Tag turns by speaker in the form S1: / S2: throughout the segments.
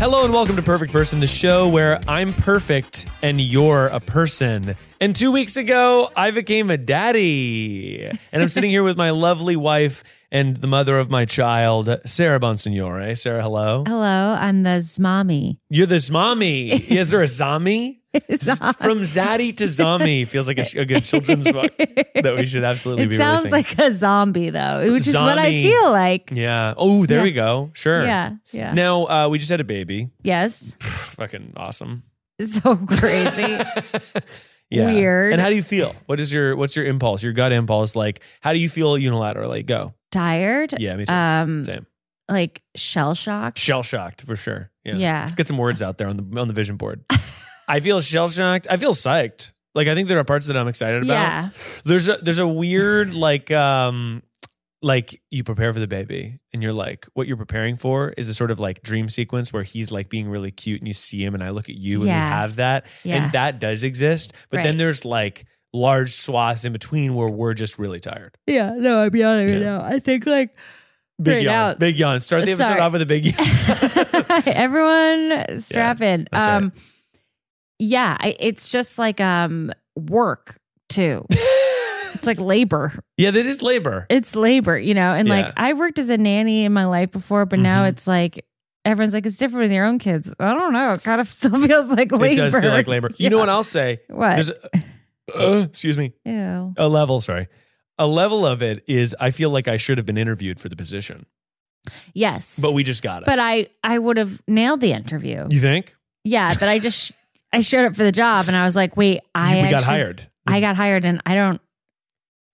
S1: Hello and welcome to Perfect Person, the show where I'm perfect and you're a person. And two weeks ago, I became a daddy. And I'm sitting here with my lovely wife and the mother of my child, Sarah Bonsignore. Sarah, hello.
S2: Hello, I'm the Zmami.
S1: You're this mommy. Is there a zombie?
S2: Zom-
S1: From Zaddy to Zombie feels like a, sh- a good children's book that we should absolutely
S2: It
S1: be
S2: sounds
S1: releasing.
S2: like a zombie though, which is what I
S1: Zombie.
S2: feel like.
S1: yeah. Oh, there
S2: Yeah.
S1: we go. Sure.
S2: Yeah, yeah.
S1: Now, uh, we just had a baby.
S2: Yes.
S1: Fucking awesome.
S2: So crazy.
S1: yeah.
S2: Weird.
S1: And how do you feel? What is your what's your impulse? Your gut impulse? Like how do you feel unilaterally? Go.
S2: Tired.
S1: Yeah, me too.
S2: Um
S1: Same.
S2: like shell shocked.
S1: Shell shocked for sure. Yeah.
S2: Yeah.
S1: Let's get some words out there on the on the vision board. I feel shell shocked. I feel psyched. Like I think there are parts that I'm excited about.
S2: Yeah.
S1: There's a there's a weird like um like you prepare for the baby and you're like what you're preparing for is a sort of like dream sequence where he's like being really cute and you see him and I look at you and we
S2: Yeah.
S1: have that
S2: Yeah.
S1: and that does exist but then
S2: Right.
S1: there's like large swaths in between where we're just really tired
S2: Yeah. No, I'm yawning right
S1: Yeah.
S2: now. I think like
S1: big
S2: Right
S1: yawn
S2: now-
S1: big yawn start the episode
S2: Sorry.
S1: off with a big yawn
S2: everyone strap in.
S1: that's right.
S2: Um yeah, I, it's just like um work too. it's like labor.
S1: yeah that is labor
S2: it's labor, you know, and
S1: Yeah.
S2: like I worked as a nanny in my life before, but now
S1: Mhm.
S2: it's like everyone's like it's different with your own kids. I don't know. It kind of still feels like labor.
S1: it does feel like labor you know
S2: Yeah.
S1: what I'll say
S2: What?
S1: there's a, uh, excuse me
S2: Ew.
S1: a level sorry a level of it is I feel like I should have been interviewed for the position
S2: Yes,
S1: but we just got it
S2: But I I would have nailed the interview.
S1: you think
S2: Yeah, but I just I showed up for the job and I was like, wait, I
S1: we got
S2: actually-
S1: hired
S2: I got hired, and I don't,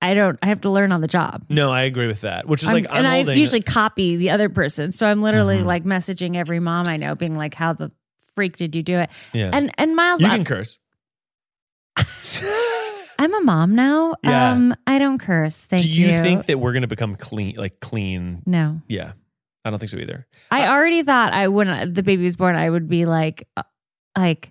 S2: I don't, I have to learn on the job.
S1: no I agree with that which is
S2: I'm-
S1: like I'm
S2: and I
S1: holding
S2: usually copy the other person, so I'm literally
S1: Mhm.
S2: like messaging every mom I know, being like, "How the freak did you do it?"
S1: yeah
S2: And and Miles,
S1: you
S2: I-
S1: can curse
S2: I'm a mom now.
S1: Yeah.
S2: Um, I don't curse. Thank
S1: do you,
S2: you.
S1: think that we're gonna become clean like clean
S2: no,
S1: yeah I don't think so either
S2: I already thought I when the baby was born, I would be like, uh, like,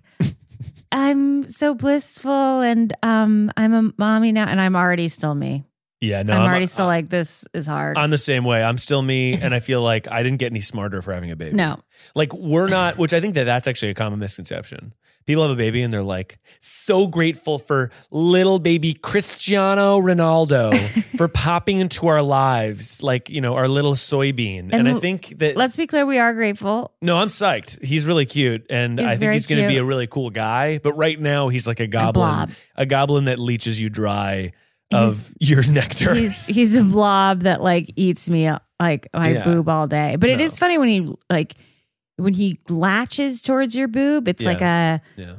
S2: I'm so blissful, and um, I'm a mommy now, and I'm already still me.
S1: yeah no
S2: I'm,
S1: I'm-
S2: already still
S1: I-
S2: like this is hard.
S1: I'm the same way. I'm still me, and I feel like I didn't get any smarter for having a baby.
S2: no,
S1: like we're not. Which I think that that's actually a common misconception. People have a baby and they're like so grateful for little baby Cristiano Ronaldo for popping into our lives, like you know our little soybean. And,
S2: And
S1: I think that
S2: let's be clear, we are grateful.
S1: no, I'm psyched. He's really cute, and
S2: He's
S1: I think
S2: very
S1: he's going to be
S2: cute.
S1: a really cool guy. But right now, he's like a goblin,
S2: blob.
S1: a, goblin that leeches you dry of your nectar.
S2: He's he's a blob that like eats me uh, like my
S1: Yeah.
S2: boob all day. But it
S1: No.
S2: is funny when he like when he latches towards your boob. It's
S1: Yeah.
S2: like a
S1: yeah,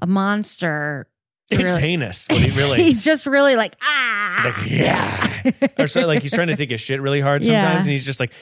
S2: a monster.
S1: it's
S2: Really.
S1: heinous. What he really
S2: he's just really like ah.
S1: He's like, yeah. or so, like he's trying to take a shit really hard sometimes,
S2: Yeah.
S1: and he's just like,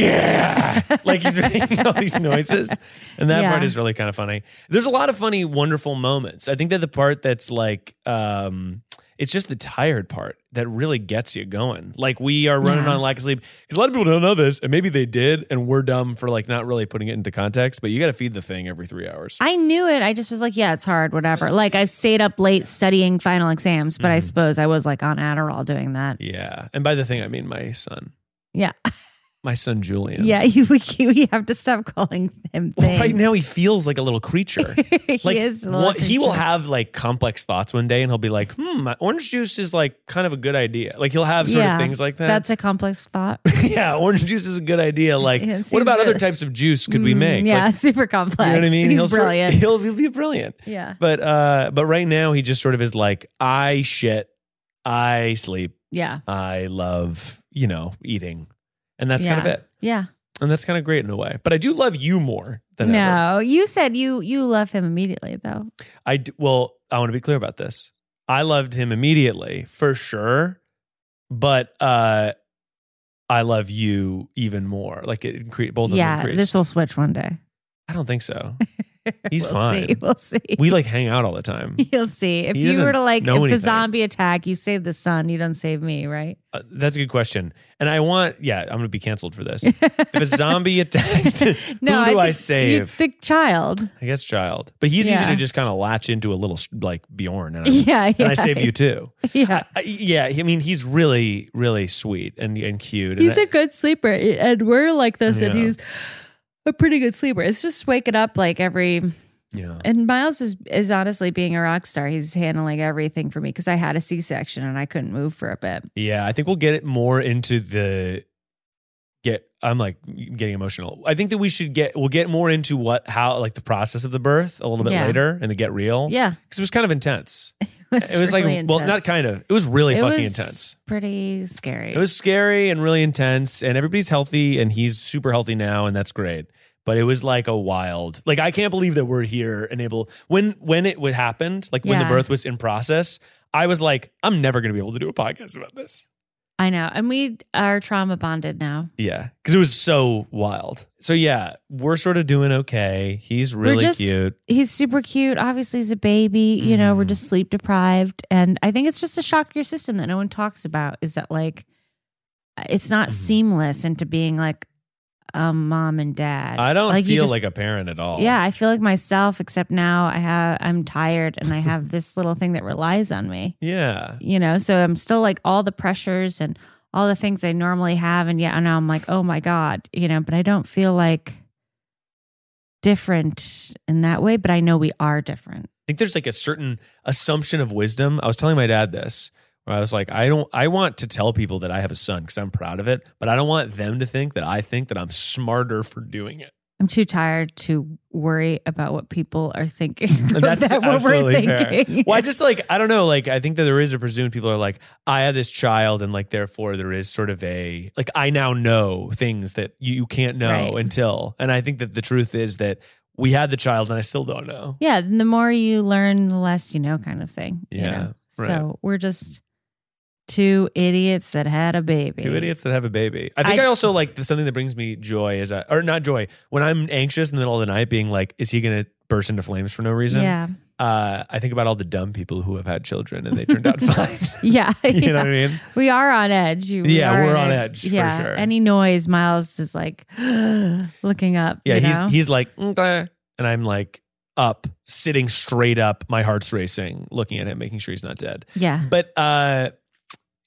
S1: yeah, like he's making all these noises, and that
S2: Yeah.
S1: part is really kind of funny. There's a lot of funny, wonderful moments. I think that the part that's like, um, it's just the tired part that really gets you going. Like we are running
S2: Yeah.
S1: on lack of sleep because a lot of people don't know this, and maybe they did, and we're dumb for like not really putting it into context. But you got to feed the thing every three hours.
S2: I knew it. I just was like, yeah, it's hard, whatever. Like I stayed up late studying final exams, but I
S1: Mm-hmm.
S2: suppose I was like on Adderall doing that.
S1: yeah, and by the thing I mean my son.
S2: Yeah.
S1: my son Julian.
S2: Yeah, you we, we have to stop calling him
S1: Well,
S2: things.
S1: right now he feels like a little creature.
S2: He
S1: Like
S2: is a little
S1: what, he will
S2: creature.
S1: have like complex thoughts one day, and he'll be like, "Hmm, my orange juice is like kind of a good idea." Like he'll have sort
S2: Yeah,
S1: of things like that.
S2: That's a complex thought.
S1: yeah, orange juice is a good idea. Like,
S2: Yeah, it
S1: what
S2: seems
S1: about other
S2: really-
S1: types of juice could we
S2: Mm,
S1: make?
S2: Yeah,
S1: Like,
S2: super complex.
S1: you know what I mean?
S2: He's
S1: he'll sort-
S2: brilliant.
S1: he'll, he'll be brilliant.
S2: yeah,
S1: But uh, but right now he just sort of is like, I shit, I sleep,
S2: yeah,
S1: I love, you know, eating, and that's kind of
S2: Yeah.
S1: it.
S2: yeah.
S1: And that's kind of great in a way. But I do love you more than ever.
S2: No, you said you you love him immediately though.
S1: I d- well, I want to be clear about this. I loved him immediately for sure, but uh, I love you even more. Like it incre- both of them
S2: yeah,
S1: increased.
S2: this will switch one day.
S1: I don't think so. He's
S2: we'll
S1: fine.
S2: See. We'll see.
S1: We like hang out all the time.
S2: You'll see. If
S1: He
S2: you
S1: doesn't
S2: were to like, if
S1: know
S2: the
S1: anything.
S2: zombie attack, you save the sun, you don't save me, right?
S1: Uh, that's a good question, and I want. Yeah, I'm going to be canceled for this. if a zombie attacked, who do I,
S2: think
S1: save?
S2: You, the child.
S1: I guess child, but he's
S2: Yeah.
S1: easy to just kind of latch into a little s- like Bjorn, and I,
S2: Yeah, yeah.
S1: and I save you too.
S2: Yeah.
S1: I, yeah, I mean he's really, really sweet and and cute. and
S2: He's
S1: I-
S2: a good sleeper, and we're like this, and
S1: Yeah.
S2: he's a pretty good sleeper. It's just waking up like every.
S1: yeah.
S2: And Miles is is honestly being a rock star. He's handling everything for me because I had a C section and I couldn't move for a bit.
S1: Yeah, I think we'll get it more into the get I'm like getting emotional. I think that we should get we'll get more into what how like the process of the birth a little bit
S2: Yeah.
S1: later and the get real.
S2: Yeah,
S1: Cuz it was kind of intense. It
S2: it was,
S1: like
S2: really
S1: well not
S2: intense.
S1: kind of. It was really
S2: It
S1: fucking
S2: was
S1: intense.
S2: Pretty scary.
S1: It was scary and really intense and everybody's healthy and he's super healthy now and that's great. But it was like a wild. Like I can't believe that we're here and able when when it would happened, like when the
S2: Yeah.
S1: birth was in process, I was like I'm never going to be able to do a podcast about this.
S2: I know, and we are trauma bonded now.
S1: Yeah, because it was so wild. So yeah, we're sort of doing okay. He's really
S2: just-
S1: cute.
S2: He's super cute. Obviously, he's a baby. You know, we're
S1: Mhm.
S2: just sleep deprived, and I think it's just a shock to your system that no one talks about. Is that like it's not
S1: Mhm.
S2: seamless into being like a mom and dad.
S1: I don't
S2: Like, you
S1: feel
S2: just-
S1: like a parent at all.
S2: Yeah, I feel like myself, except now I have I'm tired and I have this little thing that relies on me.
S1: yeah,
S2: You know, so I'm still like all the pressures and all the things I normally have, and yet now I'm like, oh my god, you know, but I don't feel like different in that way. But I know we are different.
S1: I think there's like a certain assumption of wisdom. I was telling my dad this, where I was like, I don't, I want to tell people that I have a son because I'm proud of it, but I don't want them to think that I think that I'm smarter for doing it.
S2: I'm too tired to worry about what people are thinking.
S1: And that's
S2: about what we're
S1: absolutely fair.
S2: thinking.
S1: Well, I just like I don't know. Like I think that there is a presumed people are like I have this child, and like therefore there is sort of a like I now know things that you, you can't know
S2: Right.
S1: until. And I think that the truth is that we had the child, and I still don't know.
S2: yeah, and the more you learn, the less you know, kind of thing. you
S1: Yeah,
S2: know?
S1: right.
S2: So we're just two idiots that had a baby.
S1: Two idiots that have a baby. I think I,
S2: I-
S1: also like the, something that brings me joy is I, or not joy when I'm anxious in the middle of the night, being like, is he going to burst into flames for no reason?
S2: Yeah.
S1: Uh, I think about all the dumb people who have had children and they turned out fine.
S2: Yeah.
S1: you
S2: yeah.
S1: know what I mean?
S2: We are on edge. You- we
S1: Yeah,
S2: are
S1: we're on edge, for
S2: yeah.
S1: sure.
S2: Any noise, Miles is like looking up.
S1: Yeah,
S2: you
S1: he's
S2: know?
S1: he's like, "Okay." and I'm like up, sitting straight up, my heart's racing, looking at him, making sure he's not dead.
S2: yeah.
S1: But uh,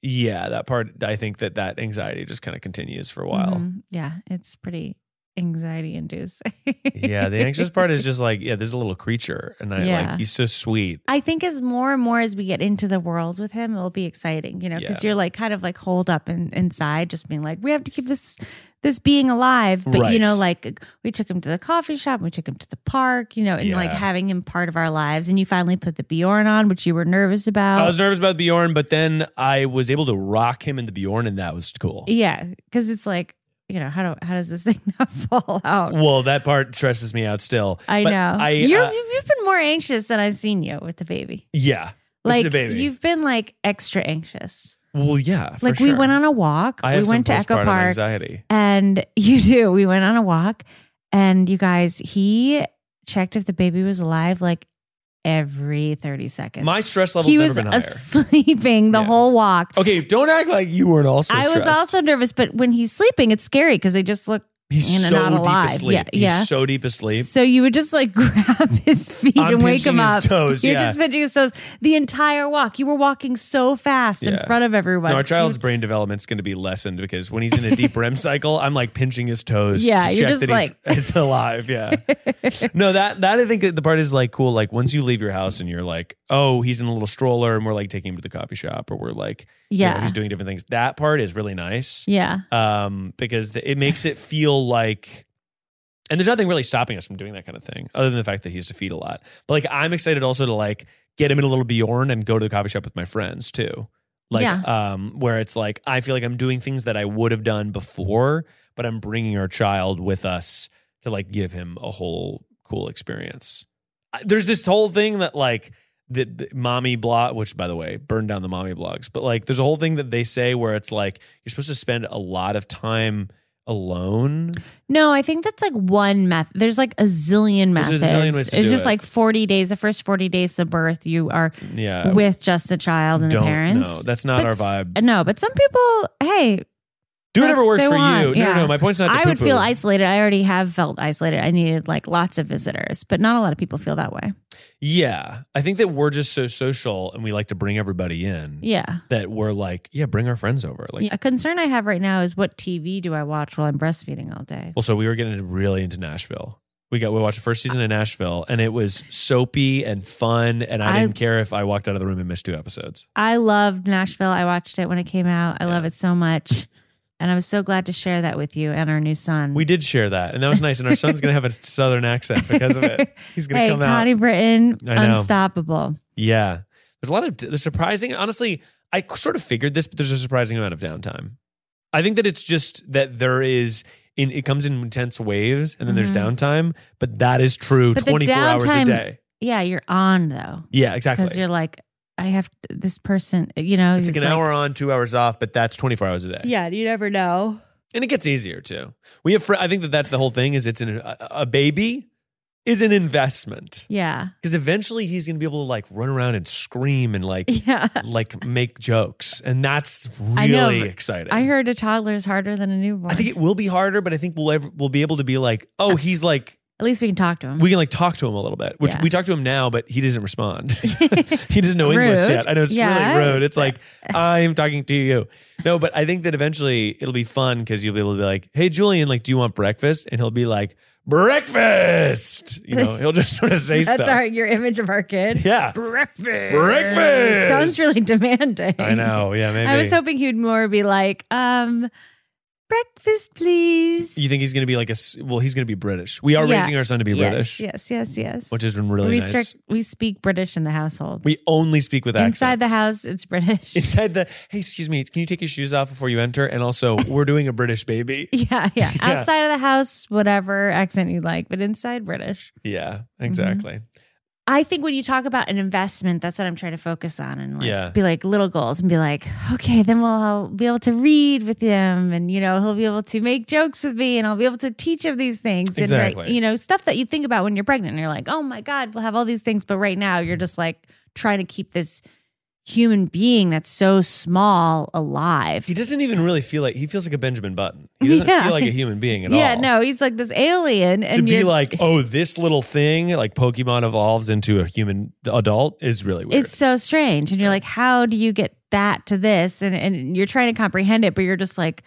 S1: yeah, that part, I think that that anxiety just kind of continues for a while.
S2: Mhm. Yeah. It's pretty anxiety inducing. Mm-hmm.
S1: yeah, the anxious part is just like, yeah, this is a little creature, and I
S2: Yeah.
S1: like he's so sweet.
S2: I think as more and more as we get into the world with him, it'll be exciting, you know, because you're like kind of like holed up in, inside, just being like, we have to keep this this being alive. But you
S1: Right.
S2: know, like we took him to the coffee shop, we took him to the park, you know, and like
S1: Yeah.
S2: having him part of our lives. And you finally put the Bjorn on, which you were nervous about.
S1: I was nervous about Bjorn, but then I was able to rock him in the Bjorn, and that was cool.
S2: yeah, because it's like, you know, how do how does this thing not fall out?
S1: Well, that part stresses me out still.
S2: I
S1: Mm, But
S2: know.
S1: I
S2: you're,
S1: uh,
S2: you've you've been more anxious than I've seen you with the baby.
S1: yeah,
S2: Like
S1: it's a baby.
S2: you've been like extra anxious.
S1: well, yeah, for
S2: like we
S1: sure.
S2: went on a walk.
S1: I
S2: we
S1: have some
S2: went to Echo
S1: postpartum
S2: Park,
S1: Anxiety.
S2: and you do. We went on a walk, and you guys, he checked if the baby was alive like every thirty seconds.
S1: My stress level's
S2: he
S1: never
S2: was
S1: been higher.
S2: sleeping the
S1: Yeah.
S2: whole walk.
S1: okay, don't act like you weren't also.
S2: I was
S1: stressed.
S2: also nervous, but when he's sleeping, it's scary because they just look
S1: He's
S2: And
S1: so
S2: not
S1: deep
S2: alive.
S1: asleep.
S2: Yeah, yeah.
S1: He's so deep asleep.
S2: So you would just like grab his feet
S1: I'm
S2: and wake
S1: pinching
S2: him
S1: his
S2: up.
S1: toes,
S2: You're
S1: yeah.
S2: just pinching his toes the entire walk. You were walking so fast
S1: Yeah.
S2: in front of everyone.
S1: No, our
S2: So you-
S1: child's brain development's going to be lessened because when he's in a deep REM cycle, I'm like pinching his toes.
S2: Yeah,
S1: to
S2: you're
S1: check
S2: just
S1: that he's, he's alive. Yeah. no, that that I think the part is like cool. Like once you leave your house and you're like, oh, he's in a little stroller, and we're like taking him to the coffee shop, or we're like, you know,
S2: Yeah.
S1: he's doing different things. That part is really nice.
S2: yeah.
S1: um, because th- it makes it feel like, and there's nothing really stopping us from doing that kind of thing, other than the fact that he has to feed a lot. But like, I'm excited also to like get him in a little Bjorn and go to the coffee shop with my friends too. Like,
S2: Yeah.
S1: um, where it's like I feel like I'm doing things that I would have done before, but I'm bringing our child with us to like give him a whole cool experience. I- There's this whole thing that like the, the mommy blog, which by the way, burn down the mommy blogs. But like, there's a whole thing that they say where it's like you're supposed to spend a lot of time alone.
S2: No, I think that's like one method. There's like a zillion
S1: There's a
S2: methods.
S1: zillion ways to
S2: it's
S1: do
S2: just
S1: it.
S2: like 40 days, the first 40 days of birth, you are
S1: Yeah,
S2: with just a child and
S1: don't
S2: the parents.
S1: know. That's not
S2: But
S1: our
S2: s-
S1: vibe.
S2: No, but some people, hey,
S1: Do whatever
S2: that's
S1: works
S2: they
S1: for you.
S2: want,
S1: No, no,
S2: yeah.
S1: no. My point's not. To
S2: I would feel
S1: poo-poo.
S2: isolated. I already have felt isolated. I needed like lots of visitors, but not a lot of people feel that way.
S1: Yeah, I think that we're just so social and we like to bring everybody in.
S2: Yeah.
S1: That we're like, yeah, bring our friends over. Like,
S2: a concern I have right now is what TV do I watch while I'm breastfeeding all day?
S1: Well, so we were getting really into Nashville. We got we watched the first season of Nashville, and it was soapy and fun, and I,
S2: I-
S1: didn't care if I walked out of the room and missed two episodes.
S2: I loved Nashville. I watched it when it came out. I love it so much. And I was so glad to share that with you and our new son.
S1: We did share that, and that was nice. And our son's gonna have a southern accent because of it. He's gonna
S2: hey,
S1: come out.
S2: Connie Britton,
S1: I know.
S2: unstoppable.
S1: Yeah, there's a lot of the surprising. Honestly, I sort of figured this, but there's a surprising amount of downtime. I think that it's just that there is. In, it comes in intense waves, and then there's downtime. But that is true.
S2: Mm-hmm. But the
S1: Twenty four hours a
S2: downtime-
S1: day.
S2: Yeah, you're on though.
S1: Yeah, exactly.
S2: Because you're like, I have this person, you know,
S1: It's
S2: he's
S1: like an hour on, two hours off, but that's twenty four hours a day.
S2: Yeah, you never know.
S1: and it gets easier too. We have. Fr- I think that that's the whole thing. Is it's an a, a baby is an investment
S2: Yeah.
S1: because eventually he's going to be able to like run around and scream and like
S2: Yeah.
S1: like make jokes, and that's
S2: I know,
S1: really
S2: but
S1: exciting.
S2: I heard a toddler is harder than a newborn.
S1: I think it will be harder, but I think we'll ever, we'll be able to be like,
S2: Uh,
S1: oh, he's like
S2: At least we can talk to him.
S1: we can like talk to him a little bit, which
S2: Yeah.
S1: we talk to him now, but he doesn't respond. he doesn't know English
S2: Rude.
S1: yet. I know it's
S2: Yeah.
S1: really rude. It's like I'm talking to you. No, but I think that eventually it'll be fun because you'll be able to be like, "Hey, Julian, like, do you want breakfast?" And he'll be like, "Breakfast." You know, he'll just sort of say
S2: That's
S1: stuff.
S2: our your image of our kid.
S1: Yeah,
S2: Breakfast.
S1: Breakfast.
S2: Sounds really demanding.
S1: I know. Yeah, maybe.
S2: I was hoping he'd more be like, um, breakfast, please.
S1: you think he's gonna be like a s- well? He's gonna be British. We are
S2: Yeah.
S1: raising our son to be
S2: yes,
S1: British,
S2: Yes, yes, yes.
S1: which has been really
S2: we
S1: nice.
S2: strict- we speak British in the household.
S1: we only speak with accents.
S2: Inside the house, it's British.
S1: Inside the hey, excuse me, can you take your shoes off before you enter? And also, we're doing a British baby.
S2: yeah, yeah.
S1: Yeah.
S2: Outside of the house, whatever accent you like, but inside British.
S1: Yeah, exactly.
S2: Mm-hmm. I think when you talk about an investment, that's what I'm trying to focus on and like
S1: Yeah.
S2: be like little goals and be like, okay, then we'll I'll be able to read with him and you know, he'll be able to make jokes with me and I'll be able to teach him these things and right,
S1: Exactly.
S2: you know, stuff that you think about when you're pregnant and you're like, "Oh my god, we'll have all these things," but right now you're just like trying to keep this human being that's so small alive.
S1: He doesn't even really feel like he feels like a Benjamin Button. He doesn't
S2: Yeah.
S1: feel like a human being at all.
S2: yeah, no, he's like this alien and
S1: To be
S2: you're-
S1: like, oh, this little thing, like Pokemon evolves into a human adult, is really weird.
S2: It's so strange. And you're like, how do you get that to this? And and you're trying to comprehend it, but you're just like,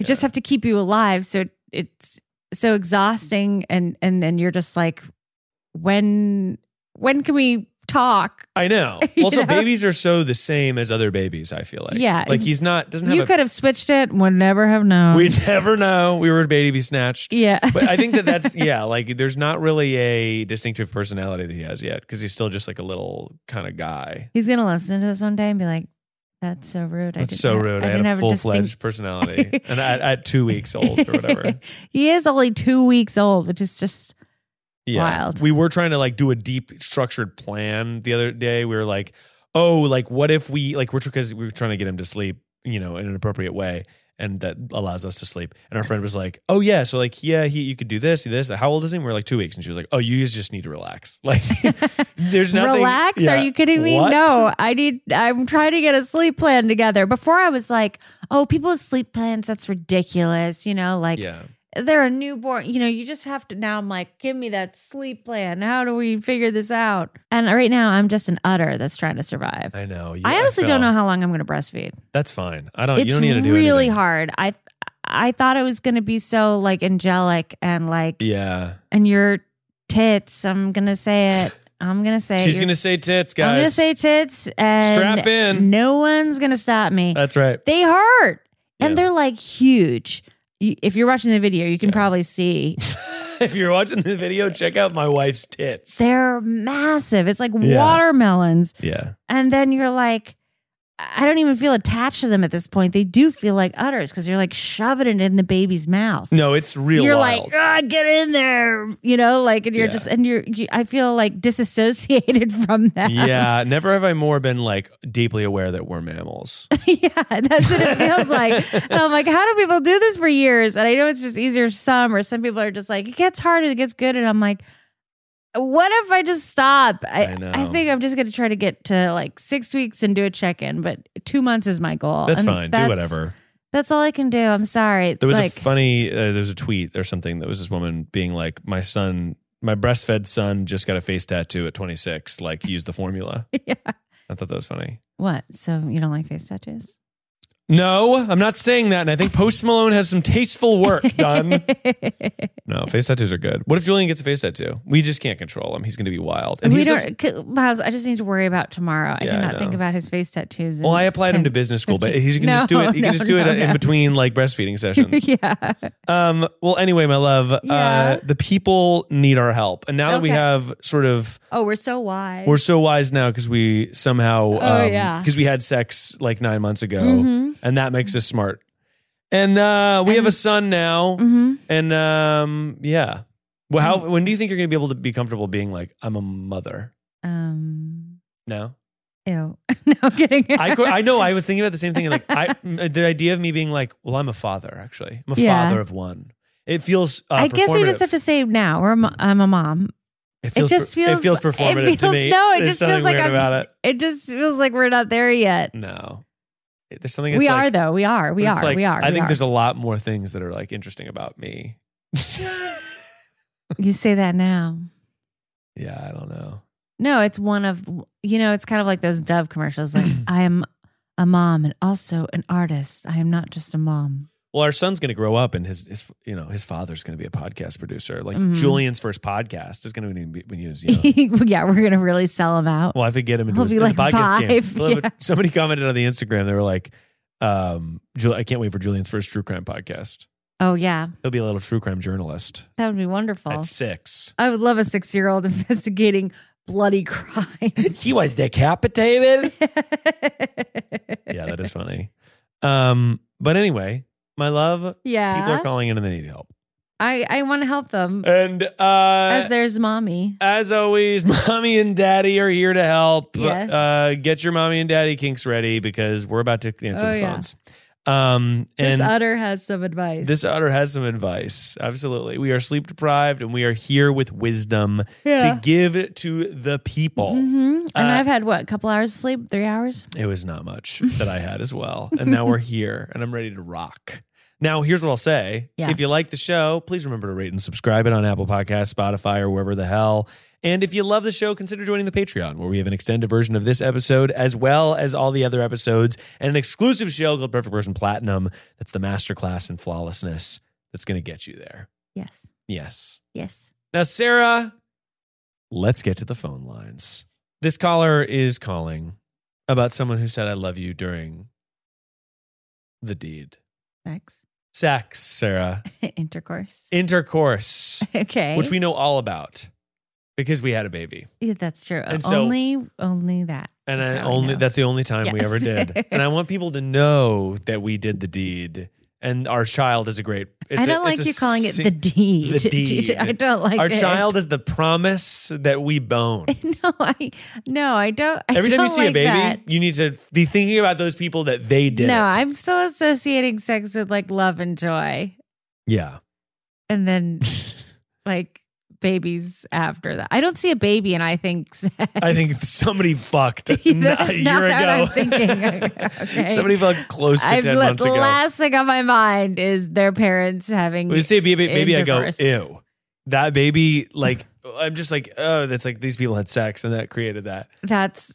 S2: I just have to keep you alive. So it's so exhausting. And and then you're just like, when when can we talk?
S1: I know.
S2: You
S1: Also,
S2: know?
S1: babies are so the same as other babies. I feel like,
S2: Yeah.
S1: like he's not doesn't have.
S2: You
S1: a,
S2: could have switched it, would never have known.
S1: we never know. We were baby snatched.
S2: yeah.
S1: But I think that that's yeah. Like, there's not really a distinctive personality that he has yet because he's still just like a little kind of guy.
S2: He's gonna listen to this one day and be like, That's so rude. I
S1: That's
S2: didn't
S1: so
S2: have-
S1: rude. I,
S2: didn't
S1: had a
S2: have a
S1: full
S2: distinct-
S1: fledged personality, and at, at two weeks old or whatever.
S2: he is only two weeks old, which is just Wild.
S1: We were trying to like do a deep structured plan the other day. We were like, oh, like what if we like we're because we were trying to get him to sleep, you know, in an appropriate way, and that allows us to sleep. And our friend was like, oh yeah, so like yeah, he you could do this, do this. How old is he? And we are like two weeks, and she was like, oh, you guys just need to relax. Like, there's nothing.
S2: Relax? Are
S1: Yeah.
S2: you kidding me?
S1: What?
S2: No, I need. I'm trying to get a sleep plan together. Before I was like, oh, people with sleep plans, that's ridiculous. You know, like
S1: Yeah.
S2: they're a newborn. You know, you just have to now. I'm like, give me that sleep plan. How do we figure this out? And right now, I'm just an udder that's trying to survive.
S1: I know. You-
S2: I honestly don't
S1: fell.
S2: know how long I'm going to breastfeed.
S1: That's fine. I don't.
S2: it's
S1: you don't need to do
S2: really
S1: anything.
S2: hard. I I thought it was going to be so like angelic and like
S1: Yeah.
S2: and your tits. I'm gonna say it. I'm gonna say
S1: She's
S2: your-
S1: gonna say tits, guys.
S2: I'm gonna say tits and
S1: Strap in.
S2: No one's gonna stop me.
S1: That's right.
S2: they hurt
S1: Yeah.
S2: and they're like huge. You, if you're watching the video, you can
S1: Yeah.
S2: probably see
S1: if you're watching the video, check out my wife's tits.
S2: they're massive. It's like
S1: Yeah.
S2: watermelons.
S1: yeah.
S2: And then you're like, I don't even feel attached to them at this point. They do feel like udders because you're like shoving it in the baby's mouth.
S1: No, it's real
S2: you're
S1: wild.
S2: like, ah, get in there, you know, like, and you're
S1: Yeah.
S2: just, and you're, you, I feel like disassociated from that.
S1: yeah. Never have I more been like deeply aware that we're mammals.
S2: yeah, that's what it feels like. And I'm like, how do people do this for years? And I know it's just easier for some, or some people are just like, it gets hard and it gets good. And I'm like, what if I just stop? I,
S1: I know.
S2: I, think I'm just going to try to get to like six weeks and do a check in, but two months is my goal.
S1: That's
S2: And
S1: fine.
S2: that's-
S1: do whatever.
S2: That's all I can do. I'm sorry.
S1: There was
S2: like,
S1: a funny. Uh, there was a tweet or something that was this woman being like, "My son, my breastfed son, just got a face tattoo at 26. Like, use the formula."
S2: Yeah.
S1: I thought that was funny.
S2: what? So you don't like face tattoos?
S1: No, I'm not saying that. And I think Post Malone has some tasteful work done. no, face tattoos are good. What if Julian gets a face tattoo? We just can't control him. He's going to be wild. And
S2: we
S1: he does-
S2: don't, c- Miles, I just need to worry about tomorrow. I
S1: Yeah, I
S2: cannot think
S1: know.
S2: about his face tattoos.
S1: Well,
S2: in
S1: I applied him
S2: 10
S1: to business school, but
S2: 15
S1: he can just do
S2: No,
S1: it. He
S2: no,
S1: can just do
S2: no,
S1: it in
S2: no.
S1: between like breastfeeding sessions.
S2: yeah.
S1: Um, well, anyway, my love,
S2: Yeah.
S1: uh, the people need our help, and now that we
S2: Okay.
S1: have sort of
S2: Oh, we're so wise.
S1: we're so wise now because we somehow
S2: Oh, yeah.
S1: because we had sex like nine months ago,
S2: Mhm.
S1: and that makes us smart. And uh, we have
S2: And-
S1: a son now,
S2: Mm-hmm. Mm.
S1: and um, yeah. Well, how, when do you think you're going to be able to be comfortable being like, I'm a mother?
S2: Um.
S1: No,
S2: Ew. no, I'm kidding.
S1: I, co- I know. I was thinking about the same thing. Like I, the idea of me being like, well, I'm a father. Actually, I'm a
S2: Yeah.
S1: father of one. It feels. Uh,
S2: I guess we just
S1: performative.
S2: have to say now. We're a mo- I'm a mom.
S1: It feels.
S2: it just
S1: per-
S2: feels.
S1: It feels performative
S2: it feels,
S1: to me.
S2: No, it
S1: There's
S2: just
S1: something
S2: feels like
S1: weird
S2: I'm.
S1: about it.
S2: It just feels like we're not there yet.
S1: No, It- there's something.
S2: We
S1: it's
S2: are
S1: like-
S2: though. We are. We
S1: it's
S2: are.
S1: like,
S2: we are.
S1: I
S2: we
S1: think
S2: are.
S1: there's a lot more things that are like interesting about me.
S2: You say that now.
S1: yeah, I don't know.
S2: No, it's one of you know. It's kind of like those Dove commercials. Like I am a mom and also an artist. I am not just a mom.
S1: Well, our son's going to grow up, and his, his, you know, his father's going to be a podcast producer. Like
S2: Mhm.
S1: Julian's first podcast is going to be when he was young.
S2: yeah, we're gonna really sell them out.
S1: Well, if we get him into
S2: He'll
S1: his,
S2: be
S1: into
S2: like
S1: the podcast game.
S2: five,
S1: Well, if-
S2: yeah.
S1: Somebody commented on the Instagram. They were like, um, Jul- I can't wait for Julian's first true crime podcast.
S2: Oh yeah,
S1: He'll be a little true crime journalist
S2: that would be wonderful.
S1: at six.
S2: I would love a six year old investigating bloody crimes.
S1: was decapitated. yeah, that is funny. Um, but anyway, my love, people
S2: Yeah.
S1: are calling in and they need help.
S2: I, I want to help them
S1: And uh,
S2: as there's mommy.
S1: As always, mommy and daddy are here to help.
S2: Yes.
S1: Uh, get your mommy and daddy kinks ready because we're about to answer
S2: Oh,
S1: the
S2: yeah.
S1: phones. Um, and
S2: this udder has some advice.
S1: this otter has some advice. Absolutely. We are sleep deprived and we are here with wisdom
S2: Yeah.
S1: to give to the people.
S2: hmm And
S1: Uh,
S2: I've had what, a couple hours of sleep? Three hours?
S1: It was not much that I had as well. And now we're here and I'm ready to rock. Now, here's what I'll say.
S2: Yeah.
S1: If you like the show, please remember to rate and subscribe it on Apple Podcasts, Spotify, or wherever the hell. And if you love the show, consider joining the Patreon, where we have an extended version of this episode, as well as all the other episodes, and an exclusive show called Perfect Person Platinum. That's the masterclass in flawlessness that's going to get you there.
S2: Yes.
S1: Yes.
S2: Yes.
S1: Now, Sarah, let's get to the phone lines. This caller is calling about someone who said, I love you during the deed.
S2: Sex.
S1: Sex, Sarah.
S2: Intercourse.
S1: Intercourse,
S2: okay.
S1: which we know all about because we had a baby.
S2: Yeah, that's true.
S1: And so-
S2: only only that.
S1: And
S2: That's
S1: I
S2: how we
S1: only
S2: know.
S1: that's the only time we
S2: Yes.
S1: ever did. and I want people to know that we did the deed. And our child is a great. It's
S2: I
S1: a-
S2: don't like
S1: it's a
S2: you calling it
S1: si-
S2: the deed.
S1: The deed.
S2: I don't like
S1: Our
S2: it.
S1: child is the promise that we bone.
S2: No, I no, I don't. I
S1: Every time you
S2: don't
S1: see a
S2: like
S1: baby,
S2: that.
S1: you need to be thinking about those people that they did.
S2: No,
S1: it.
S2: I'm still associating sex with like love and joy.
S1: yeah.
S2: And then like babies after that. I don't see a baby, and I think sex.
S1: I think somebody fucked a
S2: That's not
S1: year
S2: what
S1: ago.
S2: I'm thinking. Okay.
S1: Somebody fucked close to
S2: I've
S1: ten
S2: let-
S1: months
S2: the
S1: ago.
S2: last thing on my mind is their parents having.
S1: When you say baby, baby I go,
S2: intercourse.
S1: ew. That baby, like, I'm just like, oh, that's like these people had sex and that created that.
S2: That's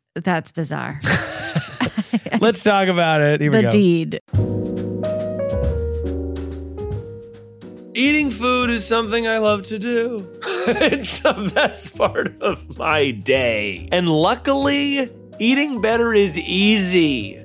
S2: that's bizarre.
S1: Let's talk about it. Here we
S2: the
S1: go.
S2: deed.
S1: Eating food is something I love to do. it's the best part of my day. And luckily, eating better is easy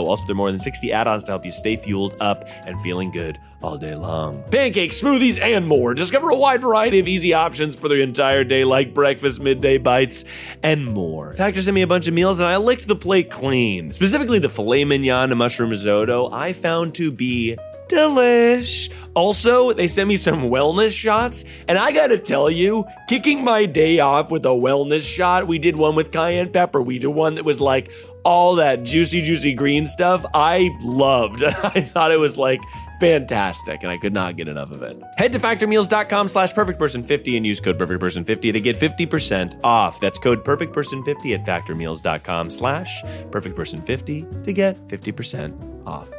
S1: Also, there are more than 60 add ons to help you stay fueled up and feeling good all day long. Pancakes, smoothies, and more. Discover a wide variety of easy options for the entire day, like breakfast, midday bites, and more. Factor sent me a bunch of meals, and I licked the plate clean. Specifically, the filet mignon and mushroom risotto I found to be delish. Also, they sent me some wellness shots, and I gotta tell you, kicking my day off with a wellness shot, we did one with cayenne pepper, we did one that was like all that juicy, juicy green stuff, I loved. I thought it was like, fantastic and i could not get enough of it head to factormeals.com slash perfectperson50 and use code perfectperson50 to get 50% off that's code perfectperson50 at factormeals.com slash perfectperson50 to get 50% off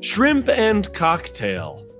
S1: Shrimp and cocktail,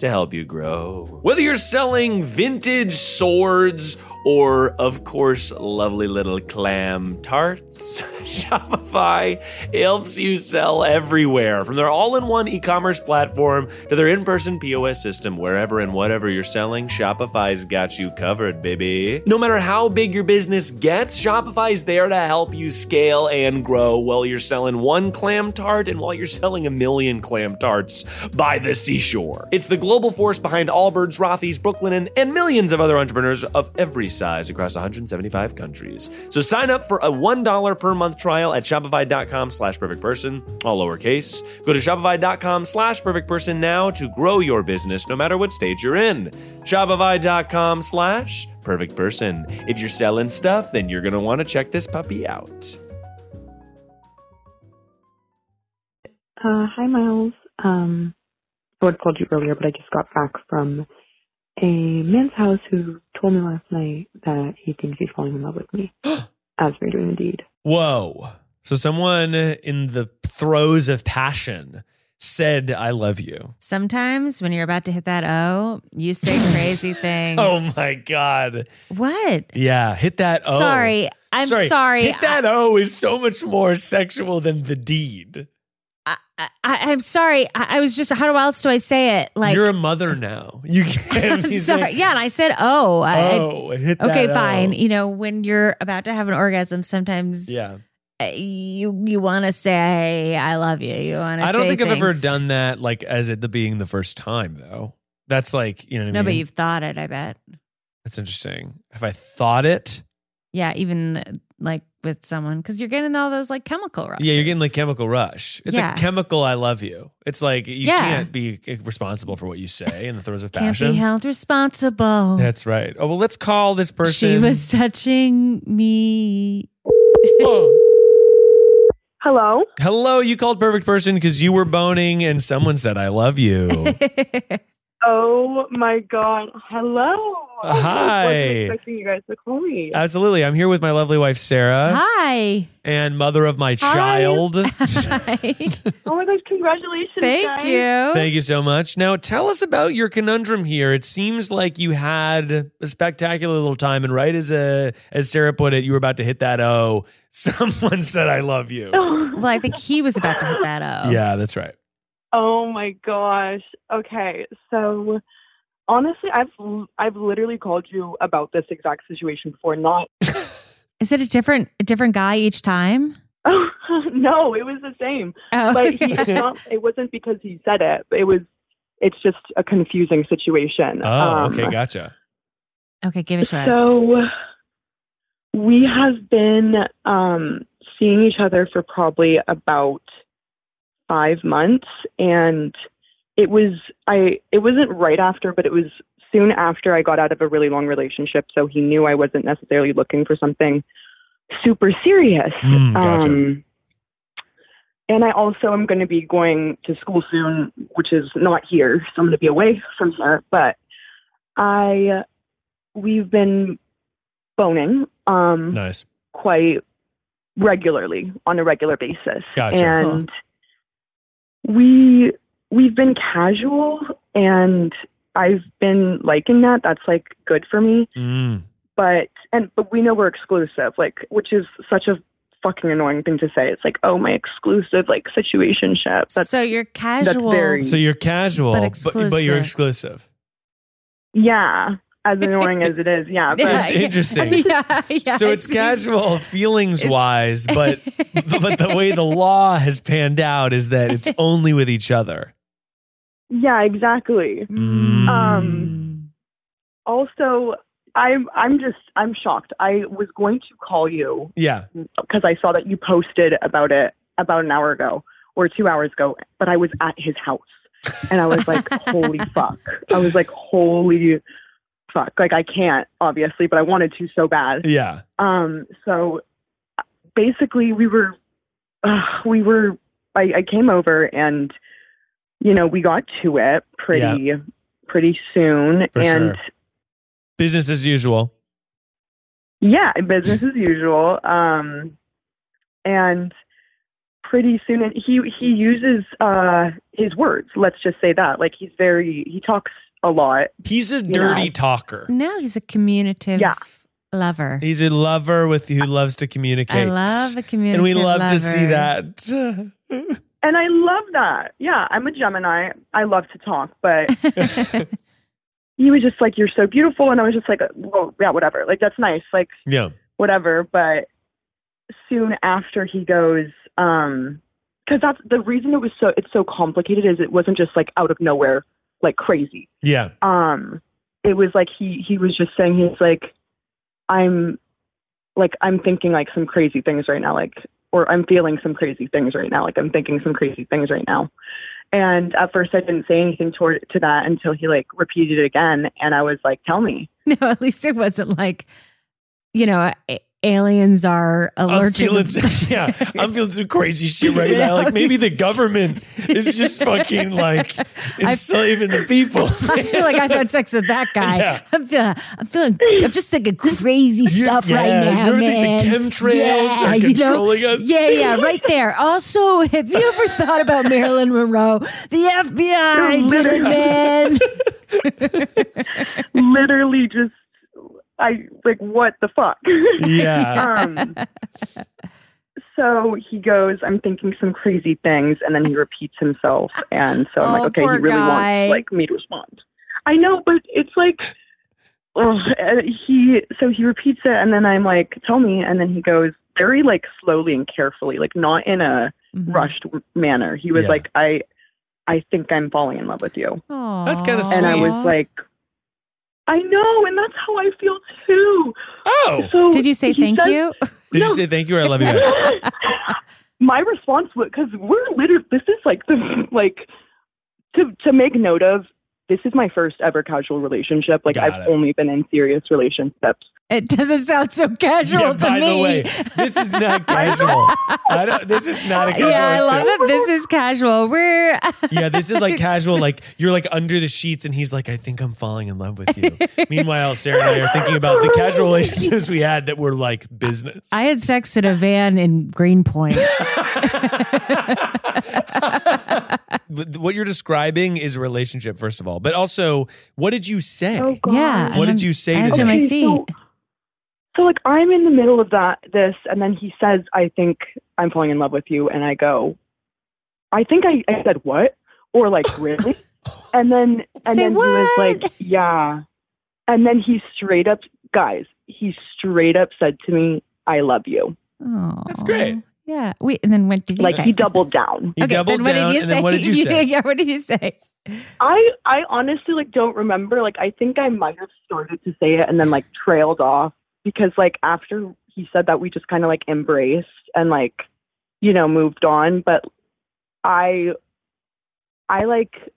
S1: to help you grow. Whether you're selling vintage swords, or, of course, lovely little clam tarts. Shopify helps you sell everywhere, from their all in one e commerce platform to their in person POS system. Wherever and whatever you're selling, Shopify's got you covered, baby. No matter how big your business gets, Shopify's there to help you scale and grow while you're selling one clam tart and while you're selling a million clam tarts by the seashore. It's the global force behind Allbirds, Rothy's, Brooklyn, and, and millions of other entrepreneurs of every size across 175 countries. So sign up for a $1 per month trial at Shopify.com slash perfect person, all lowercase. Go to Shopify.com slash perfect person now to grow your business no matter what stage you're in. Shopify.com slash perfect person. If you're selling stuff, then you're going to want to check this puppy out.
S3: Uh, hi, Miles. Um, I would have called you earlier, but I just got back from a man's house who told me last night that he thinks he's falling in love with me as we're doing the deed.
S1: Whoa. So someone in the throes of passion said, I love you.
S2: Sometimes when you're about to hit that O, you say crazy things.
S1: Oh my God.
S2: What?
S1: Yeah. Hit that O.
S2: Sorry, I'm sorry.
S1: Hit that O is so much more sexual than the deed.
S2: I, I, I, am sorry. I, I was just. How else do I say it? Like
S1: You're a mother now. You can't.
S2: I'm
S1: be
S2: sorry.
S1: saying,
S2: yeah, and I said, oh, I-
S1: Oh, hit that
S2: okay, fine.
S1: O.
S2: You know, when you're about to have an orgasm, sometimes
S1: Yeah.
S2: uh, you you want to say I love you. You want to.
S1: I don't think I've ever done that like as it the being the first time though. That's like, you know what I
S2: No,
S1: mean?
S2: but you've thought it. I bet.
S1: That's interesting. Have I thought it?
S2: Yeah, even like with someone because you're getting all those like chemical rushes.
S1: Yeah, you're getting the chemical rush. It's
S2: Yeah.
S1: a chemical I love you. It's like you
S2: Yeah.
S1: can't be eh, responsible for what you say in the throes of
S2: can't
S1: passion.
S2: be held responsible.
S1: That's right. Oh, well, let's call this person.
S2: She was touching me.
S1: Oh.
S3: Hello?
S1: Hello, you called perfect person because you were boning and someone said, I love you.
S3: Oh my God. Hello.
S1: Hi. Uh,
S3: I wasn't expecting you guys to call me.
S1: Absolutely. I'm here with my lovely wife, Sarah,
S2: Hi.
S1: and mother of my child.
S2: Hi.
S3: oh my gosh, congratulations.
S2: Thank
S3: guys.
S2: you.
S1: Thank you so much. Now, tell us about your conundrum here. It seems like you had a spectacular little time, and right as a, as Sarah put it, you were about to hit that O. Someone said, "I love you."
S3: Oh.
S2: Well, I think he was about to hit that O.
S1: Yeah, that's right.
S3: Oh my gosh. Okay. So honestly, I've I've literally called you about this exact situation before. Not
S2: Is it a different a different guy each time?
S3: no, it was the same.
S2: Oh,
S3: But he, it's not, it wasn't because he said it. It was it's just a confusing situation.
S1: Oh,
S3: Um,
S1: okay, gotcha.
S2: okay, give it to us.
S3: So we have been um, seeing each other for probably about five months, and it was I it wasn't right after, but it was soon after I got out of a really long relationship. So he knew I wasn't necessarily looking for something super serious.
S1: Mm, gotcha.
S3: Um, and I also am going to be going to school soon, which is not here, so I'm going to be away from here. But I, we've been boning um,
S1: nice.
S3: quite regularly on a regular basis,
S1: Gotcha.
S3: and we we've been casual, and I've been liking that. That's like good for me
S1: Mm.
S3: but and but we know we're exclusive like which is such a fucking annoying thing to say it's like oh my exclusive like situationship that's
S2: so you're casual.
S3: very-
S1: So you're casual,
S2: Mm.
S1: but,
S2: But
S1: but, you're
S2: exclusive.
S1: exclusive.
S3: yeah as annoying as it is yeah
S1: It's
S3: but
S1: interesting.
S2: Yeah, yeah,
S1: so it's casual feelings wise, but but the way the law has panned out is that it's only with each other.
S3: yeah exactly
S1: Mm.
S3: Um, also i'm i'm just i'm shocked i was going to call you
S1: Yeah.
S3: because i saw that you posted about it about an hour ago or two hours ago but i was at his house and i was like holy fuck i was like holy fuck like i can't obviously but i wanted to so bad
S1: Yeah.
S3: Um, so basically, we were, uh, we were, I, I came over and, you know, we got to it pretty, pretty soon.
S1: For
S3: and
S1: sure. Business as usual.
S3: yeah, business as usual. Um, and pretty soon, and he, he uses, uh, his words. Let's just say that. Like, he's very, he talks a lot.
S1: He's a
S3: You
S1: dirty
S3: know.
S1: talker.
S2: No, he's a communicative
S3: Yeah.
S2: lover.
S1: He's a lover with who loves to communicate.
S2: I love a communicative
S1: and we love
S2: lover.
S1: to see that.
S3: And I love that. Yeah, I'm a Gemini. I love to talk, but he was just like, "You're so beautiful," and I was just like, "Well, yeah, whatever. Like that's nice, like
S1: yeah.
S3: whatever." But soon after he goes, um 'cause that's the reason it was so it's so complicated is it wasn't just like out of nowhere, like crazy.
S1: Yeah.
S3: Um, it was like he he was just saying he's like, "I'm, like I'm thinking like some crazy things right now, like or I'm feeling some crazy things right now, like I'm thinking some crazy things right now." And at first, I didn't say anything toward to that until he like repeated it again, and I was like, "Tell me."
S2: no, at least it wasn't like, you know, a- aliens are
S1: I'm
S2: allergic.
S1: feeling, some- yeah, I'm feeling some crazy shit right now. Like maybe the government is just fucking like enslaving the people.
S2: I feel like I've had sex with that guy.
S1: Yeah.
S2: I'm, feeling, I'm feeling, I'm just thinking crazy stuff
S1: yeah,
S2: right now,
S1: you ever
S2: man.
S1: think the chemtrails are
S2: you know?
S1: controlling us?
S2: Yeah, yeah, right there. Also, have you ever thought about Marilyn Monroe? The FBI did it, man.
S3: Literally, just I like, what the fuck?
S1: yeah.
S3: um, so he goes, "I'm thinking some crazy things," and then he repeats himself, and so I'm
S2: Oh,
S3: like, "Okay, he
S2: poor
S3: really
S2: guy.
S3: wants like me to respond." I know, but it's like. ugh, and he so he repeats it and then I'm like, tell me, and then he goes very like slowly and carefully, like not in a
S2: Mm.
S3: rushed w- manner. He was
S1: Yeah.
S3: like, I, I think I'm falling in love with you.
S1: That's kinda
S2: Aw.
S1: sweet.
S3: And I was like, I know, and that's how I feel too.
S1: Oh,
S3: So
S2: Did you say
S3: he
S2: thank
S3: says-
S2: you?
S1: did you say thank you or I love you? back?
S3: My response was because we're literally this is like the like to to make note of This is my first ever casual relationship. Like
S1: Got
S3: I've
S1: it.
S3: only been in serious relationships.
S2: It doesn't sound so casual
S1: Yeah,
S2: to
S1: by
S2: me.
S1: the way, this is not casual. I don't, this is not a casual.
S2: yeah, I
S1: shit.
S2: love it. This is casual. We're
S1: Yeah, this is like
S2: It's-
S1: casual. Like you're like under the sheets, and he's like, "I think I'm falling in love with you." Meanwhile, Sarah and I are thinking about the casual relationships we had that were like business.
S2: I had sex in a van in Greenpoint.
S1: Th- what you're describing is a relationship, first of all, but also, what did you say?
S3: Oh God.
S2: yeah.
S1: What
S2: and
S1: did
S2: I'm
S1: you say
S2: edge
S1: to
S2: of
S1: him?
S2: my
S3: Okay,
S2: seat.
S3: So, so like I'm in the middle of that this and then he says, I think I'm falling in love with you and I go, I think I, I said what? Or like really? and then and
S2: Say
S3: then he was
S2: what?
S3: like, Yeah. And then he straight up guys, he straight up said to me, I love you.
S2: Aw.
S1: That's great.
S2: Yeah. Wait, and then what did you
S3: Like
S2: say?
S3: he doubled down.
S1: He doubled
S2: then what
S1: down,
S2: did you
S1: and
S2: say?
S1: then what did you
S2: Yeah,
S1: say?
S2: yeah, what did you say?
S3: I I honestly like don't remember. Like I think I might have started to say it and then like trailed off because like after he said that we just kind of like embraced and like you know moved on. But I I like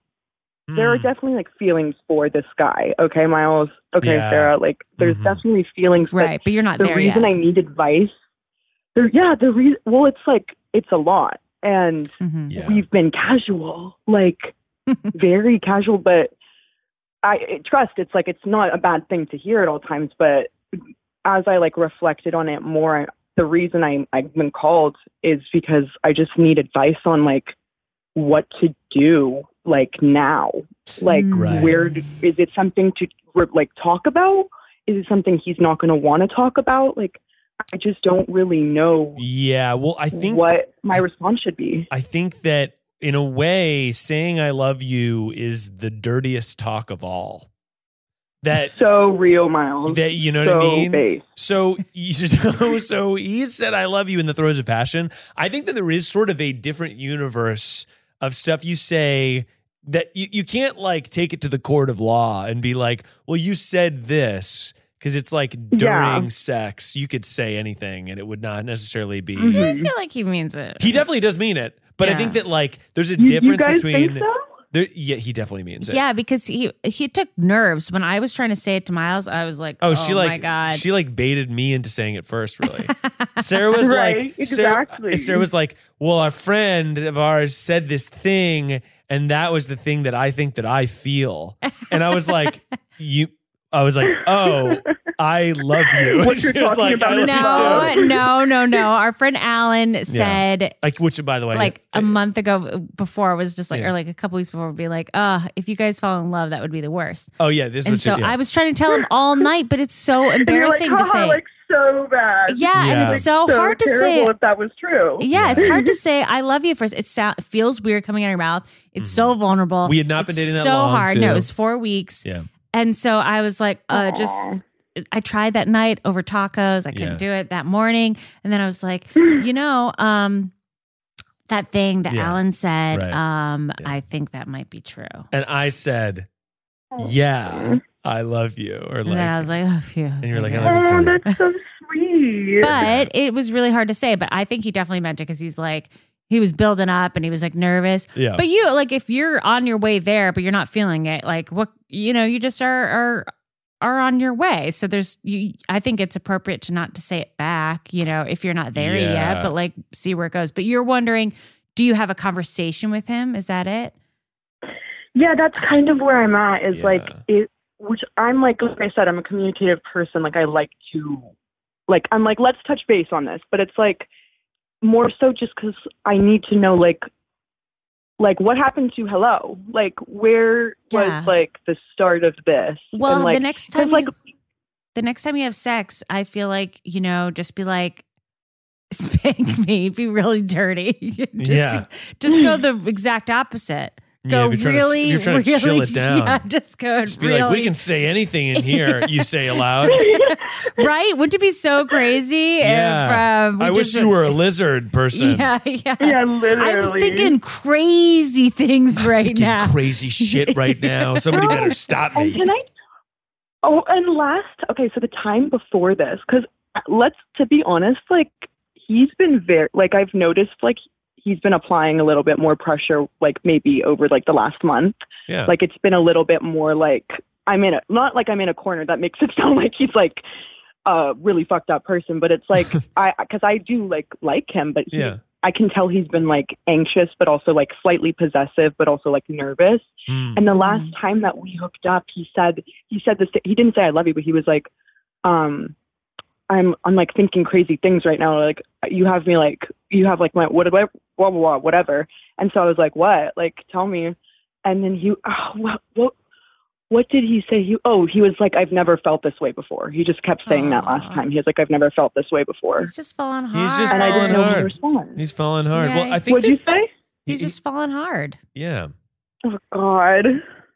S3: there are
S1: Hmm.
S3: definitely like feelings for this guy. Okay, Miles. Okay,
S1: Yeah.
S3: Sarah. Like there's
S1: Mhm.
S3: definitely feelings. but
S2: Right, but you're not
S3: the
S2: there yet.
S3: reason I need advice. There, yeah. The reason. Well, it's like it's a lot and
S2: Mhm.
S1: Yeah.
S3: we've been casual, like very casual, but I it- trust it's like it's not a bad thing to hear at all times, but as I like reflected on it more, the reason I I've been called is because I just need advice on like what to do like now. Like
S1: Mm. Right.
S3: where do, is it something to re- like talk about? Is it something he's not going to want to talk about? Like I just don't really know
S1: Yeah. Well, I think
S3: what my response should be.
S1: I think that in a way, saying "I love you" is the dirtiest talk of all. That
S3: so real,
S2: Um,
S3: Miles.
S1: that you know
S3: so
S1: what I mean.
S3: base.
S1: So, you- so, so he said, I love you in the throes of passion. I think that there is sort of a different universe of stuff you say that you, you can't like take it to the court of law and be like, well, you said this. Cause it's like during sex, you could say anything and it would not necessarily be.
S3: Mm-hmm.
S2: I feel like he means it.
S1: He definitely does mean it. But I
S2: Yeah.
S1: think that like there's a
S3: You, you
S1: difference
S3: guys
S1: between.
S3: think so?
S1: There, yeah, he definitely means it.
S2: yeah, because he he took nerves when I was trying to say it to Miles. I was like,
S1: Oh, she like
S2: my god,
S1: she like baited me into saying it first. Really, Sarah was
S3: Right,
S1: like, Sarah-
S3: exactly.
S1: Sarah was like, well, our friend of ours said this thing, and that was the thing that I think that I feel, and I was like, you, I was like, oh, I love you.
S3: What you're
S1: She was
S3: talking
S1: like,
S3: about
S1: I
S3: is
S1: love you
S2: no,
S1: too.
S2: no, no, no. Our friend Alan said
S1: Like, which by the way,
S2: like um, a month ago uh, before was just like
S1: Yeah.
S2: or like a couple weeks before would be like oh if you guys fall in love that would be the worst
S1: oh yeah, this
S2: and
S1: was
S2: so
S1: yeah.
S2: i was trying to tell him all night but it's so
S3: And you're like,
S2: embarrassing to
S3: "Haha,
S2: say
S3: like so bad.
S2: yeah, and
S1: Yeah.
S2: it's so,
S3: so
S2: hard to
S3: terrible
S2: say
S3: if that was true.
S2: yeah, it's hard to say I love you first. It sound, it feels weird coming out of your mouth. It's so vulnerable.
S1: Mm-hmm. We had not been
S2: It's
S1: dating that
S2: so
S1: long,
S2: hard. No,
S1: too.
S2: it was four weeks.
S1: Yeah.
S2: And so I was like, uh, just I tried that night over tacos. I couldn't
S1: Yeah.
S2: do it that morning. And then I was like, you know, um, that thing that
S1: Yeah.
S2: Alan said,
S1: Right.
S2: um,
S1: Yeah.
S2: I think that might be true.
S1: and I said, yeah, I love you, or
S2: And then I
S1: like,
S2: was like, oh, phew. And
S1: you're like, I love
S3: Oh,
S1: Sorry.
S3: that's so sweet.
S2: but it was really hard to say. But I think he definitely meant it because he's like, he was building up and he was like nervous.
S1: yeah,
S2: But you like if you're on your way there, but you're not feeling it, like what you know, you just are are are on your way. So there's you I think it's appropriate to not to say it back, you know, if you're not there
S1: Yeah.
S2: yet, but like see where it goes. But you're wondering, do you have a conversation with him? Is that it?
S3: yeah, that's kind of where I'm at. Is like
S1: Yeah.
S3: it, which I'm like, like I said, I'm a communicative person. Like I like to, like I'm like, let's touch base on this. But it's like more so just because I need to know, like, like what happened to hello? Like where
S2: Yeah.
S3: was like the start of this?
S2: Well,
S3: And, like,
S2: the next
S3: 'cause,
S2: time
S3: like
S2: you, the next time you have sex, I feel like, you know, just be like spank me, be really dirty. just,
S1: Yeah.
S2: just go the exact opposite.
S1: Yeah,
S2: go
S1: if you're trying to- if
S2: really,
S1: you're trying to
S2: really,
S1: chill it down.
S2: Yeah, just go
S1: just be
S2: really,
S1: like, we can say anything in here. You say aloud.
S2: right? Wouldn't it be so crazy
S1: Yeah.
S2: if um, we
S1: I wish
S2: just-
S1: you were a lizard person.
S2: Yeah, yeah.
S3: Yeah,
S2: I'm
S3: literally.
S2: thinking crazy things right
S1: Thinking
S2: now.
S1: crazy shit right now. Somebody better stop
S3: And
S1: me.
S3: can I? Oh, and last, okay, so the time before uh, this, because let's, to be honest, like, he's been very, like, I've noticed, like, he he's been applying a little bit more pressure, like maybe over like the last month.
S1: Yeah.
S3: Like it's been a little bit more like I'm in a not like I'm in a corner. That makes it sound like he's like a really fucked up person, but it's like I because I do like like him, but he,
S1: yeah.
S3: I can tell he's been like anxious, but also like slightly possessive, but also like nervous.
S1: Mm.
S3: And the last time that we hooked up, he said he said this. He didn't say I love you, but he was like, um, "I'm I'm like thinking crazy things right now. Like you have me like you have like my what what blah blah blah whatever." And so I was like, "What? Like tell me." And then he oh, what what what did he say? He oh he was like, "I've never felt this way before." He just kept saying that
S2: Aw.
S3: last time. He was like, "I've never felt this way before,"
S2: He's just fallen hard.
S1: He's just
S3: and I
S1: falling
S3: didn't know how
S1: hard.
S3: to respond.
S1: He's falling hard.
S2: Yeah,
S1: Well, I
S2: he's-
S1: think
S3: What'd
S1: that,
S3: you say?
S2: He's just fallen hard.
S1: yeah.
S3: Oh God.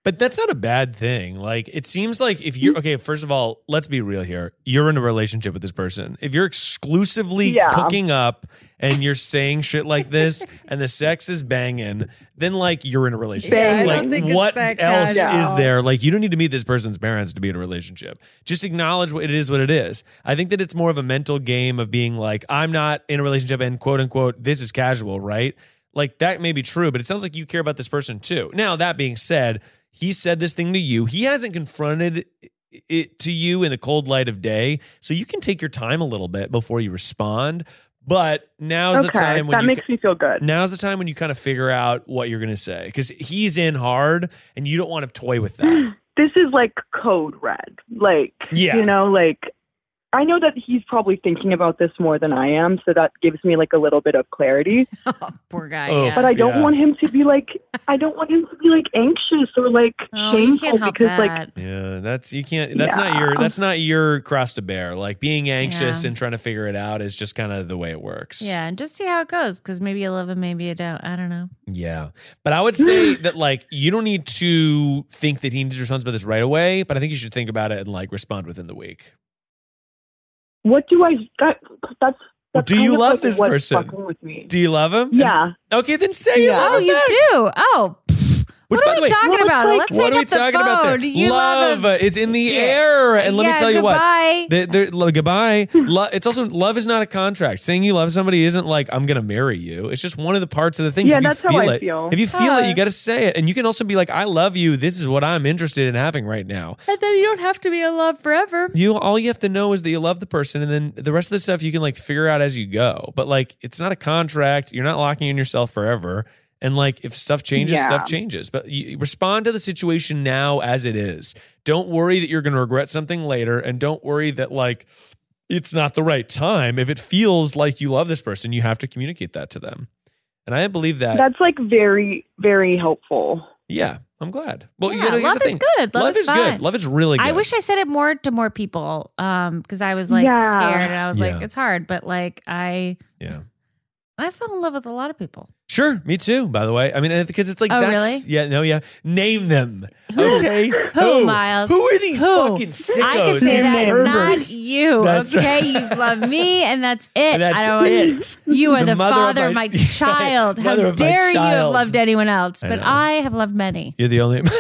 S1: But that's not a bad thing. Like it seems like if you're okay, first of all, let's be real here. You're in a relationship with this person. If you're exclusively
S3: Yeah.
S1: hooking up and you're saying shit like this and the sex is banging, then like you're in a relationship.
S3: Yeah, I don't
S1: like
S2: think it's
S1: what
S2: that
S1: else
S3: casual.
S1: is there? Like you don't need to meet this person's parents to be in a relationship. Just acknowledge what it is what it is. I think that it's more of a mental game of being like, I'm not in a relationship and quote unquote, this is casual, right? Like that may be true, but it sounds like you care about this person too. Now, that being said, he said this thing to you. He hasn't confronted it to you in the cold light of day. So you can take your time a little bit before you respond. But now's the
S3: Okay.
S1: time when
S3: That
S1: you
S3: makes me feel good.
S1: now's the time when you kind of figure out what you're going to say because he's in hard and you don't want to toy with that.
S3: this is like code red. Like,
S1: Yeah.
S3: you know, like I know that he's probably thinking about this more than I am, so that gives me like a little bit of clarity.
S2: Oh, poor guy.
S1: Oh,
S2: yeah.
S3: But I don't
S1: Yeah.
S3: want him to be like, I don't want him to be like anxious or like
S2: Oh, you
S3: shameful
S2: can't help
S3: because
S2: that.
S3: like
S1: yeah, that's you can't. That's not
S3: Yeah.
S1: your. That's not your cross to bear. Like being anxious
S2: Yeah.
S1: and trying to figure it out is just kind of the way it works.
S2: yeah, and just see how it goes because maybe you love him, maybe you don't. I don't know.
S1: Yeah. But I would say that like you don't need to think that he needs to respond about this right away, but I think you should think about it and like respond within the week.
S3: what do I that, that's that's
S1: Do you
S3: kind of,
S1: love
S3: like,
S1: this
S3: what's
S1: person?
S3: fucking with me.
S1: Do you love him?
S3: yeah.
S1: Okay, then say you
S3: Yeah.
S1: love
S2: Oh,
S1: him
S2: you
S1: back.
S2: do. Oh, pfft.
S1: Which,
S2: what
S1: by
S2: are
S1: the
S2: we
S1: way-
S2: talking
S3: Well,
S2: about?
S3: it's like-
S2: Let's
S1: What
S2: hang
S1: are we
S2: up the
S1: talking
S2: phone.
S1: about there?
S2: You love,
S1: love
S2: him.
S1: is in the
S2: Yeah.
S1: air. And let me
S2: Yeah,
S1: tell you what.
S2: goodbye.
S1: There- there- lo- goodbye. Lo- it's also love is not a contract. Saying you love somebody isn't like I'm gonna marry you. It's just one of the parts of the things.
S3: Yeah,
S1: if
S3: that's
S1: you
S3: how
S1: feel
S3: I
S1: it,
S3: feel.
S1: if you feel it,
S2: Yeah.
S1: you got to say it, and you can also be like, I love you. This is what I'm interested in having right now.
S2: And then you don't have to be in love forever.
S1: You all you have to know is that you love the person, and then the rest of the stuff you can like figure out as you go. But like, it's not a contract. You're not locking in yourself forever. And like, if stuff changes,
S3: Yeah.
S1: stuff changes. But you you respond to the situation now as it is. Don't worry that you're going to regret something later, and don't worry that like it's not the right time. If it feels like you love this person, you have to communicate that to them. And I believe that.
S3: That's like very, very helpful.
S1: yeah, I'm glad. Well, you
S2: Yeah,
S1: gotta- here's
S2: love
S1: the
S2: is
S1: thing.
S2: good. Love is
S1: good.
S2: fine.
S1: Love is really good.
S2: I wish I said it more to more people because I was like
S3: Yeah.
S2: scared and I was like,
S1: Yeah.
S2: it's hard. But like, I
S1: Yeah.
S2: I fell in love with a lot of people.
S1: Sure, me too. By the way, I mean because it's like
S2: Oh,
S1: that's
S2: really?
S1: yeah, no, yeah. Name them, okay?
S2: Who, Miles?
S1: Who are these
S2: Who?
S1: fucking sickos?
S2: I can say
S1: these
S2: that,
S1: perverts?
S2: not you.
S1: That's
S2: okay,
S1: right.
S2: you love me, and that's it.
S1: That's
S2: I don't,
S1: it.
S2: You are
S1: The
S2: the,
S1: mother of
S2: father of
S1: my-
S2: my, child. How
S1: Mother of my
S2: dare you have
S1: child.
S2: loved anyone else?
S1: I
S2: But
S1: know.
S2: I, have loved many.
S1: You're the only.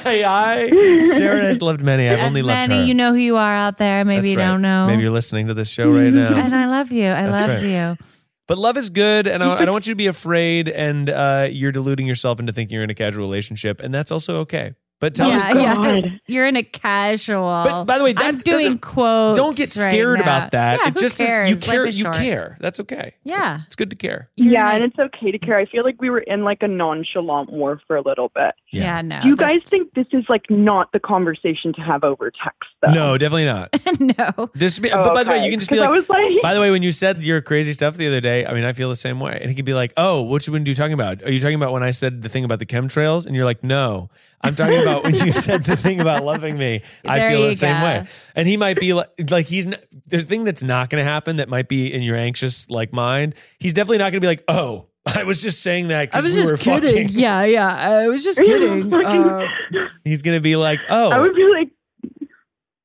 S1: Hey, I Sarah has loved many. I've
S2: As
S1: only loved
S2: many,
S1: her.
S2: you know who you are out there. Maybe
S1: That's
S2: you
S1: right.
S2: don't know.
S1: Maybe you're listening to this show right now.
S2: and I love you. I
S1: That's
S2: loved
S1: right.
S2: you.
S1: But love is good, and I, I don't want you to be afraid. And uh, you're deluding yourself into thinking you're in a casual relationship, and that's also okay. But tell me,
S2: yeah, yeah.
S3: God.
S2: You're in a casual.
S1: But by the way, that
S2: I'm doing
S1: doesn't-
S2: quotes.
S1: don't get
S2: right
S1: scared
S2: now.
S1: about that.
S2: Yeah,
S1: it
S2: who
S1: just Is,
S2: cares?
S1: you
S2: Life
S1: care.
S2: is
S1: you
S2: short.
S1: care. That's okay.
S2: Yeah.
S1: it's good to care.
S2: You're
S3: yeah,
S2: in
S3: and
S2: a-
S3: it's okay to care. I feel like we were in like a nonchalant war for a little bit.
S1: Yeah.
S2: yeah. No.
S3: Do you guys
S2: that's-
S3: think this is like not the conversation to have over text though?
S1: No, definitely not.
S2: no?
S1: Just be,
S3: Oh,
S1: but by the way,
S3: okay.
S1: you can just be
S3: 'Cause I
S1: like.
S3: was like,
S1: By the way, when you said your crazy stuff the other day, I mean, I feel the same way. And he could be like, "Oh, what you been do talking about? Are you talking about when I said the thing about the chemtrails?" And you're like, "No, I'm talking about when you said the thing about loving me. I
S2: There
S1: feel the
S2: you
S1: same
S2: go.
S1: way." And he might be like, "Like he's n- there's a thing that's not going to happen that might be in your anxious like mind. He's definitely not going to be like, "Oh, I was just saying that because we were fucking."
S2: Yeah, yeah. I was just Oh,
S3: kidding. Uh,
S1: He's going to be like, "Oh,
S3: I would be like,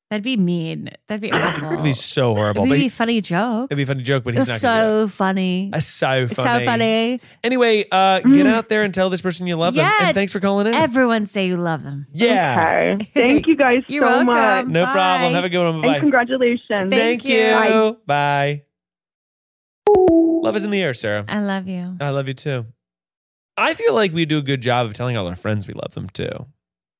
S2: That'd be mean. That'd be awful.
S1: it'd be so horrible."
S2: It'd
S1: But
S2: be
S1: he-
S2: a funny joke.
S1: it'd be a funny joke, but he's
S2: It's
S1: not going to.
S2: so funny.
S1: That's so funny.
S2: It's So funny.
S1: Anyway, uh,
S3: Mm.
S1: get out there and tell this person you love them.
S2: Yeah.
S1: And thanks for calling in.
S2: Everyone say you love them.
S1: yeah.
S3: okay. Thank you guys
S2: You're
S3: so
S2: welcome.
S3: much.
S1: No
S2: Bye.
S1: problem. Have a good one.
S3: And
S1: Bye bye.
S3: congratulations.
S2: Thank
S1: Thank you.
S2: you.
S1: Bye. Love is in the air, Sarah.
S2: I love you.
S1: I love you too. I feel like we do a good job of telling all our friends we love them too.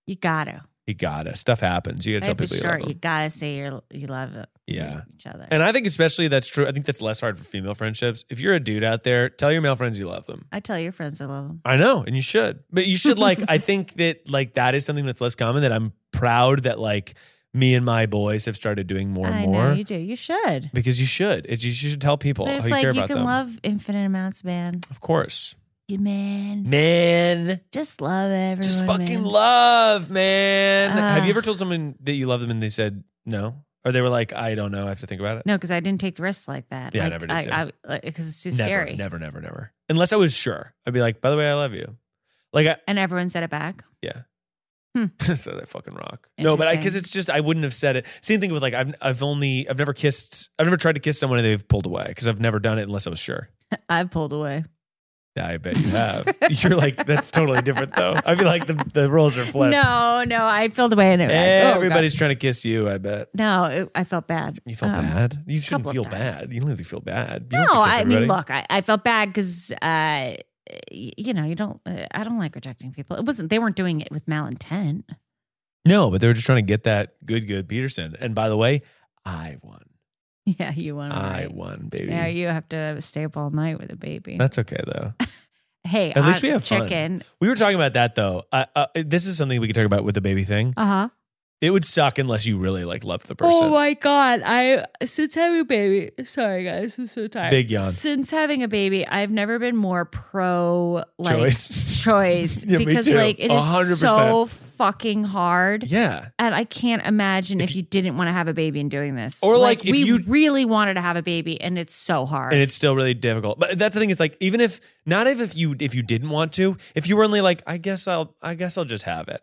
S2: You gotta.
S1: You gotta. Stuff happens. You gotta
S2: Life
S1: tell
S2: is
S1: people
S2: short.
S1: you
S2: You
S1: love them.
S2: gotta say you you love it.
S1: Yeah.
S2: each other.
S1: And I think especially that's true. I think that's less hard for female friendships. If you're a dude out there, tell your male friends you love them.
S2: I tell your friends I love them.
S1: I know, and you should. But you should like I think that like that is something that's less common that I'm proud that like me and my boys have started doing more and
S2: I
S1: more.
S2: know you do. You should.
S1: Because you should. It, you should tell people how Oh,
S2: There's
S1: you
S2: like
S1: care
S2: you
S1: about
S2: can
S1: them.
S2: love infinite amounts, man.
S1: of course.
S2: You man,
S1: Man.
S2: just love everyone.
S1: Just fucking
S2: man.
S1: love, man. Have you
S2: Ah.
S1: ever told someone that you love them and they said no? Or they were like, I don't know, I have to think about it.
S2: No, because I didn't take risks like that.
S1: Yeah, I
S2: like,
S1: never did, too.
S2: I, I, because it's too
S1: never,
S2: scary.
S1: never, never, never. Unless I was sure. I'd be like, by the way, I love you. Like I
S2: And everyone said it back.
S1: so they fucking rock. No, but I because
S2: Interesting.
S1: it's just I wouldn't have said it. Same thing with like I've I've only I've never kissed I've never tried to kiss someone and they've pulled away because I've never done it unless I was sure.
S2: I pulled away.
S1: Yeah, I bet you have. You're like that's totally different though. I feel like the the roles are flipped.
S2: No, no, I pulled away and it. I- oh, God.
S1: everybody's trying to kiss you. I bet
S2: No, it, I felt bad.
S1: you felt
S2: Um,
S1: bad. You shouldn't
S2: couple of
S1: feel
S2: times.
S1: bad. You don't have to feel bad. You
S2: No,
S1: don't have to kiss
S2: I mean,
S1: everybody.
S2: look, I, I felt bad because, uh, y- you know, you don't. Uh, I don't like rejecting people. It wasn't. They weren't doing it with malintent.
S1: No, but they were just trying to get that good, good Peterson. And by the way, I won.
S2: Yeah, you want to.
S1: I won, baby.
S2: Yeah, you have to stay up all night with a baby.
S1: That's okay though.
S2: hey, uh,
S1: At least
S2: I-
S1: we have fun.
S2: chicken.
S1: We were talking about that though. Uh, uh, this is something we could talk about with the baby thing.
S2: Uh huh.
S1: It would suck unless you really like loved the person.
S2: Oh my god! I since having a baby. Sorry guys, I'm so tired.
S1: Big yawn.
S2: Since having a baby, I've never been more pro like
S1: Choice.
S2: choice
S1: Yeah, me
S2: because
S1: too.
S2: like it is
S1: 100%.
S2: so fucking hard.
S1: yeah.
S2: And I can't imagine if,
S1: If
S2: you, didn't want to have a baby and doing this,
S1: Or, like, if
S2: we
S1: you-
S2: really wanted to have a baby, and it's so hard.
S1: And it's still really difficult. But that's the thing is like even if not even if you if you didn't want to, if you were only like I guess I'll I guess I'll just have it.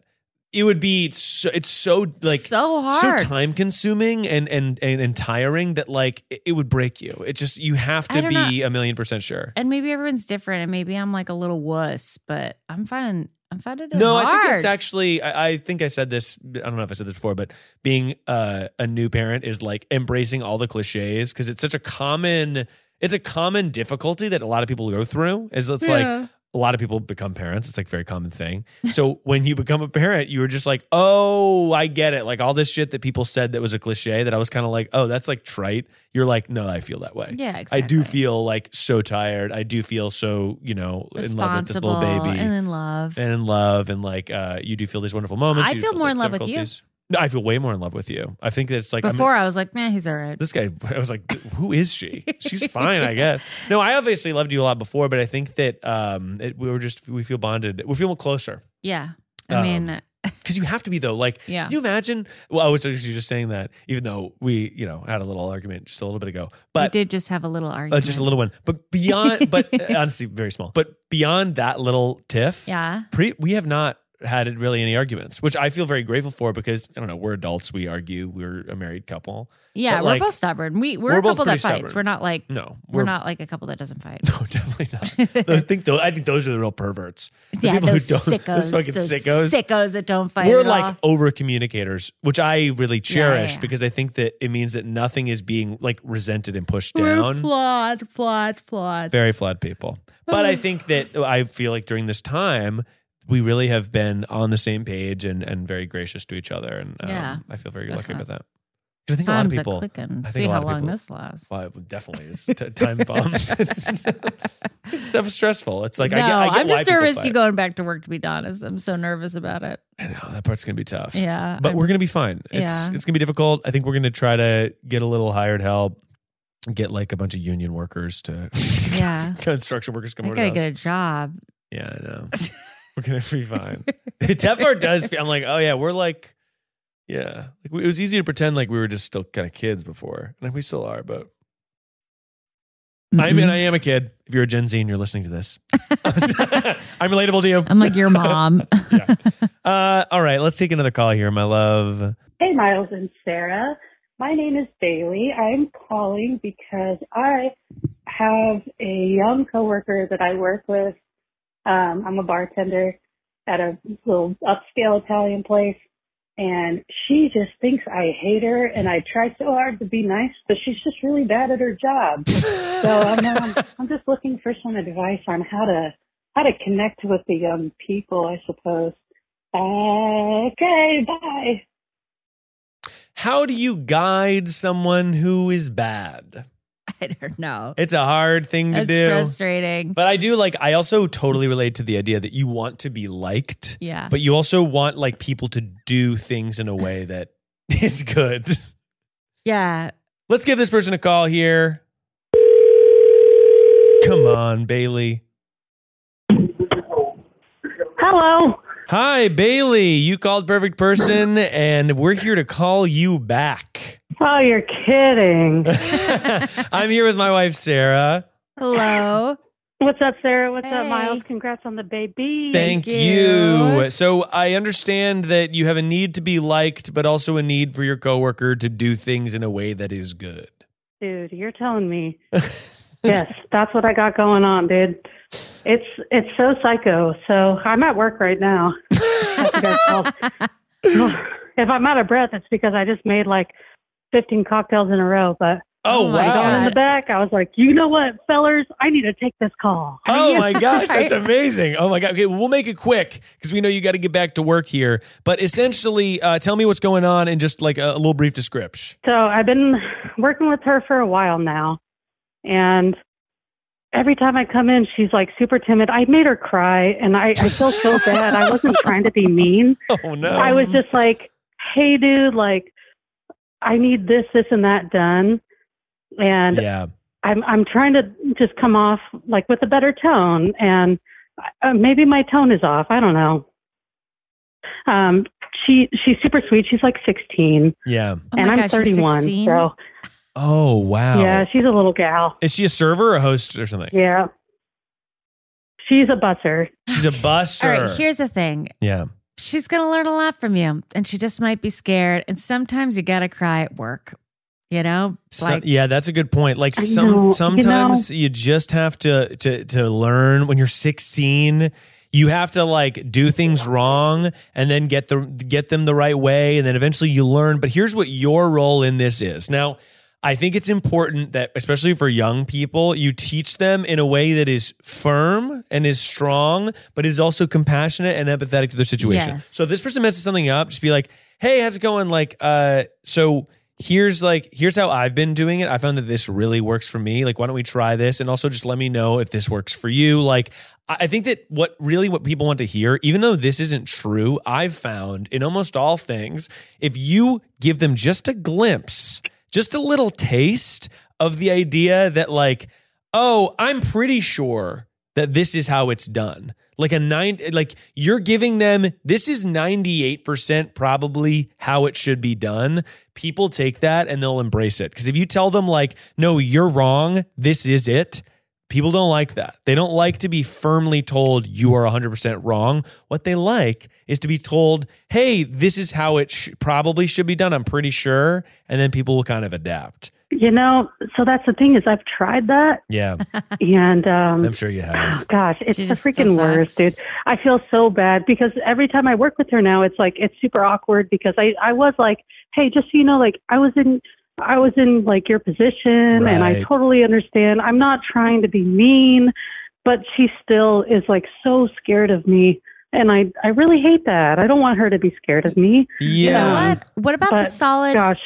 S1: It would be so, it's so like
S2: so hard.
S1: time consuming and, and and and tiring that like it, it would break you. It just you have
S2: I
S1: to
S2: don't
S1: be a million percent sure.
S2: and maybe everyone's different, and maybe I'm like a little wuss, but I'm finding I'm finding it
S1: No,
S2: hard.
S1: I think it's actually. I, I think I said this. I don't know if I said this before, but being uh, a new parent is like embracing all the cliches because it's such a common. It's a common difficulty that a lot of people go through. Is it's like a lot of people become parents. It's like a very common thing. So when you become a parent, you were just like, oh, I get it. Like all this shit that people said that was a cliche that I was kind of like, oh, that's like trite. You're like, no, I feel that way.
S2: yeah,
S1: I
S2: exactly.
S1: do feel like so tired. I do feel so, you know, in love with this
S2: responsible
S1: little baby
S2: and in love.
S1: and in love and like uh, you do feel these wonderful moments.
S2: I
S1: you
S2: feel more in love with you.
S1: difficulties. No, I feel way more in love with you. I think that it's like I'm-
S2: Before I was like, man, he's all right.
S1: this guy. I was like, who is she? She's fine, I guess. No, I obviously loved you a lot before, but I think that um, it, we were just we feel bonded. We feel closer
S2: yeah. I
S1: Um,
S2: mean,
S1: because you have to be though. Like,
S2: Yeah.
S1: can you imagine? Well, I was actually just saying that, even though we you know had a little argument just a little bit ago,
S2: we
S1: but
S2: did just have a little
S1: uh,
S2: argument.
S1: just a little one. But beyond, but uh, honestly, very small. But beyond that little tiff,
S2: Yeah.
S1: pre- we have not had really any arguments, which I feel very grateful for because I don't know, we're adults, we argue, we're a married couple.
S2: Yeah.
S1: But,
S2: we're
S1: like,
S2: both stubborn. We, we're,
S1: we're
S2: a
S1: both
S2: couple that
S1: pretty
S2: fights.
S1: stubborn.
S2: We're not like,
S1: No,
S2: we're, not like a couple that doesn't fight.
S1: No, definitely not. Those, think those, I think those are the real perverts. The
S2: yeah.
S1: people
S2: Those
S1: who don't,
S2: sickos.
S1: Those fucking
S2: those
S1: sickos.
S2: that don't fight.
S1: We're
S2: at
S1: like
S2: all.
S1: over communicators, which I really cherish
S2: yeah.
S1: because I think that it means that nothing is being like resented and pushed
S2: We're
S1: down.
S2: flawed, flawed, flawed.
S1: very flawed people. But I think that I feel like during this time, we really have been on the same page and, and very gracious to each other. And um,
S2: Yeah.
S1: I feel very
S2: That's
S1: lucky
S2: right.
S1: about that. Because I think a
S2: Time's
S1: lot of
S2: a
S1: people.
S2: clicking.
S1: I
S2: See
S1: think a lot
S2: how
S1: of
S2: long
S1: people-
S2: this lasts.
S1: Well, it definitely is t- time bomb. it's, it's stuff is stressful. It's like
S2: no,
S1: I get, I get
S2: am
S1: why
S2: just
S1: people
S2: nervous
S1: fight.
S2: you going back to work. To be honest, I'm so nervous about it.
S1: I know that part's gonna be tough.
S2: Yeah,
S1: but
S2: I'm
S1: we're gonna be
S2: s-
S1: fine. It's
S2: yeah.
S1: it's gonna be difficult. I think we're gonna try to get a little hired help, get like a bunch of union workers to
S2: Yeah.
S1: construction workers come
S2: I
S1: over.
S2: gotta
S1: to us.
S2: get a job.
S1: Yeah, I know. we're gonna be fine. That part does. Feel, I'm like, oh yeah, we're like, yeah. Like we, it was easy to pretend like we were just still kind of kids before, and we still are. But I mean, I am a kid. If you're a Gen Z and you're listening to this, I'm relatable to you.
S2: I'm like your mom.
S1: Yeah. Uh, all right, let's take another call here, my love.
S4: Hey, Miles and Sarah. My name is Bailey. I'm calling because I have a young coworker that I work with. Um, I'm a bartender at a little upscale Italian place, and she just thinks I hate her, and I try so hard to be nice, but she's just really bad at her job. so I'm, um, I'm just looking for some advice on how to how to connect with the young people, I suppose. Okay, bye.
S1: How do you guide someone who is bad?
S2: I don't know.
S1: It's a hard thing to
S2: That's
S1: do.
S2: frustrating.
S1: But I do like I also totally relate to the idea that you want to be liked,
S2: yeah.
S1: but you also want like people to do things in a way that is good.
S2: yeah.
S1: Let's give this person a call here. Come on, Bailey.
S5: Hello.
S1: Hi, Bailey. You called perfect person and we're here to call you back.
S5: Oh, you're kidding.
S1: I'm here with my wife Sarah.
S2: Hello.
S5: What's up, Sarah? What's up,
S2: Hey.
S5: Miles? Congrats on the baby.
S1: Thank
S2: you.
S1: you. So I understand that you have a need to be liked, but also a need for your coworker to do things in a way that is good.
S5: dude. You're telling me. yes, that's what I got going on, dude. It's it's so psycho. So I'm at work right now. If you guys tell- if I'm out of breath, it's because I just made like 15 cocktails in a row. But
S1: Oh,
S2: Oh my
S1: wow.
S5: going in the back, I was like, you know what, fellers, I need to take this call.
S1: Oh
S2: Yeah.
S1: my gosh, that's amazing. Oh my god. Okay, we'll make it quick because we know you got to get back to work here. But essentially, uh, tell me what's going on and just like a, a little brief description.
S5: So I've been working with her for a while now. And every time I come in, she's like super timid. I made her cry and I, I feel so bad. I wasn't trying to be mean.
S1: Oh no.
S5: I was just like, hey, dude, like, I need this, this, and that done. And
S1: yeah.
S5: I'm, I'm trying to just come off like with a better tone. And uh, maybe my tone is off. I don't know. Um, she, she's super sweet. She's like 16
S1: Yeah.
S2: Oh
S5: and
S2: my
S5: I'm
S2: gosh, she's
S5: 31.
S2: 16?
S5: So.
S1: Oh wow.
S5: Yeah, she's a little gal.
S1: Is she a server or a host or something?
S5: Yeah. She's a busser.
S1: She's a busser.
S2: All right. Here's the thing.
S1: yeah.
S2: She's gonna learn a lot from you, and she just might be scared. And sometimes you gotta cry at work. You know,
S1: So-
S2: like
S1: yeah, that's a good point. Like
S5: I
S1: some
S5: know, you
S1: sometimes you, just have to to to learn when you're 16. You have to like do things wrong and then get the get them the right way and then eventually you learn. But here's what your role in this is. Now, I think it's important that especially for young people, you teach them in a way that is firm and is strong, but is also compassionate and empathetic to their situation.
S2: Yes.
S1: So if this person messes something up, just be like, "Hey, how's it going?" Like, uh, so here's like here's how I've been doing it. I found that this really works for me. Like, why don't we try this? And also, just let me know if this works for you. Like, I I think that what really what people want to hear, even though this isn't true, I've found in almost all things, if you give them just a glimpse, just a little taste of the idea that like, oh, I'm pretty sure that this is how it's done. Like a nine, like you're giving them, this is 98% probably how it should be done. People take that and they'll embrace it. Cause if you tell them, like, no, you're wrong, this is it, people don't like that. They don't like to be firmly told you are 100% wrong. What they like is to be told, hey, this is how it sh- probably should be done. I'm pretty sure. And then people will kind of adapt.
S5: You know, so that's the thing is I've tried that
S1: Yeah,
S5: and um
S1: I'm sure you have.
S5: gosh, it's
S2: She
S5: the
S2: just still
S5: freaking worst, dude.
S2: sucks.
S5: I feel so bad because every time I work with her now it's like it's super awkward because I I was like, "Hey, just so you know, like I was in I was in like your position and I
S1: Right.
S5: totally understand. I'm not trying to be mean, but she still is like so scared of me and I I really hate that. I don't want her to be scared of me.
S2: you know
S5: Yeah.
S2: what? What about the
S5: But-
S2: solid
S5: Gosh,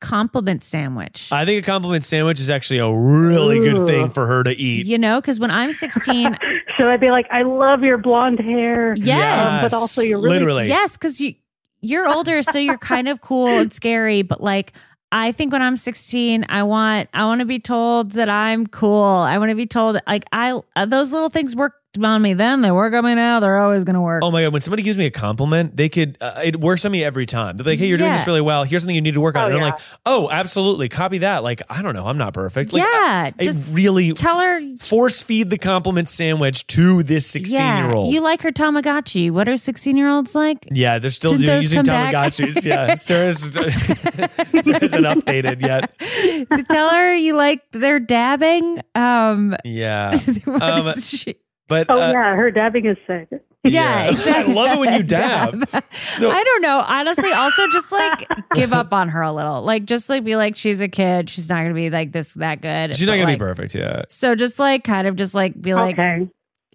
S2: compliment sandwich?
S1: I think a compliment sandwich is actually a really good
S5: Ooh.
S1: thing for her to eat.
S2: you know, because when I'm 16,
S5: Should I be like, I love your blonde hair?
S2: yes,
S5: But also you're really-
S1: literally
S2: Yes, because you you're older, so you're kind of cool and scary. But like, I think when I'm 16, I want I want to be told that I'm cool. I want to be told that, like I uh, those little things worked on me then. They work on me now. They're always gonna work.
S1: Oh my god! When somebody gives me a compliment, they could uh, it works on me every time. They're like, "Hey, you're doing
S2: Yeah.
S1: this really well. Here's something you need to work on."
S5: Oh,
S1: and I'm
S5: yeah.
S1: like, "Oh, absolutely, copy that." Like, I don't know, I'm not perfect. Like,
S2: yeah,
S1: I, I
S2: just
S1: really
S2: tell her.
S1: force feed the compliment sandwich to this 16 year
S2: Yeah,
S1: old.
S2: you like her Tamagotchi. What are 16 year olds like?
S1: yeah, they're still
S2: Didn't
S1: doing,
S2: those
S1: using
S2: come back?
S1: Tamagotchis. yeah, Sarah's Sarah's not updated yet.
S2: to tell her you like they're dabbing. Um,
S1: Yeah.
S2: what
S1: Um,
S2: is she-
S1: But
S5: Oh
S1: uh,
S5: yeah, her dabbing is sick.
S2: Yeah,
S1: Yeah.
S2: exactly.
S1: I love it when you dab. No.
S2: I don't know. Honestly, also just like give up on her a little. Like just like be like, she's a kid. She's not gonna be like this that good.
S1: she's not
S2: But,
S1: gonna
S2: like-
S1: be perfect. Yeah,
S2: So just like kind of just like be like,
S5: okay.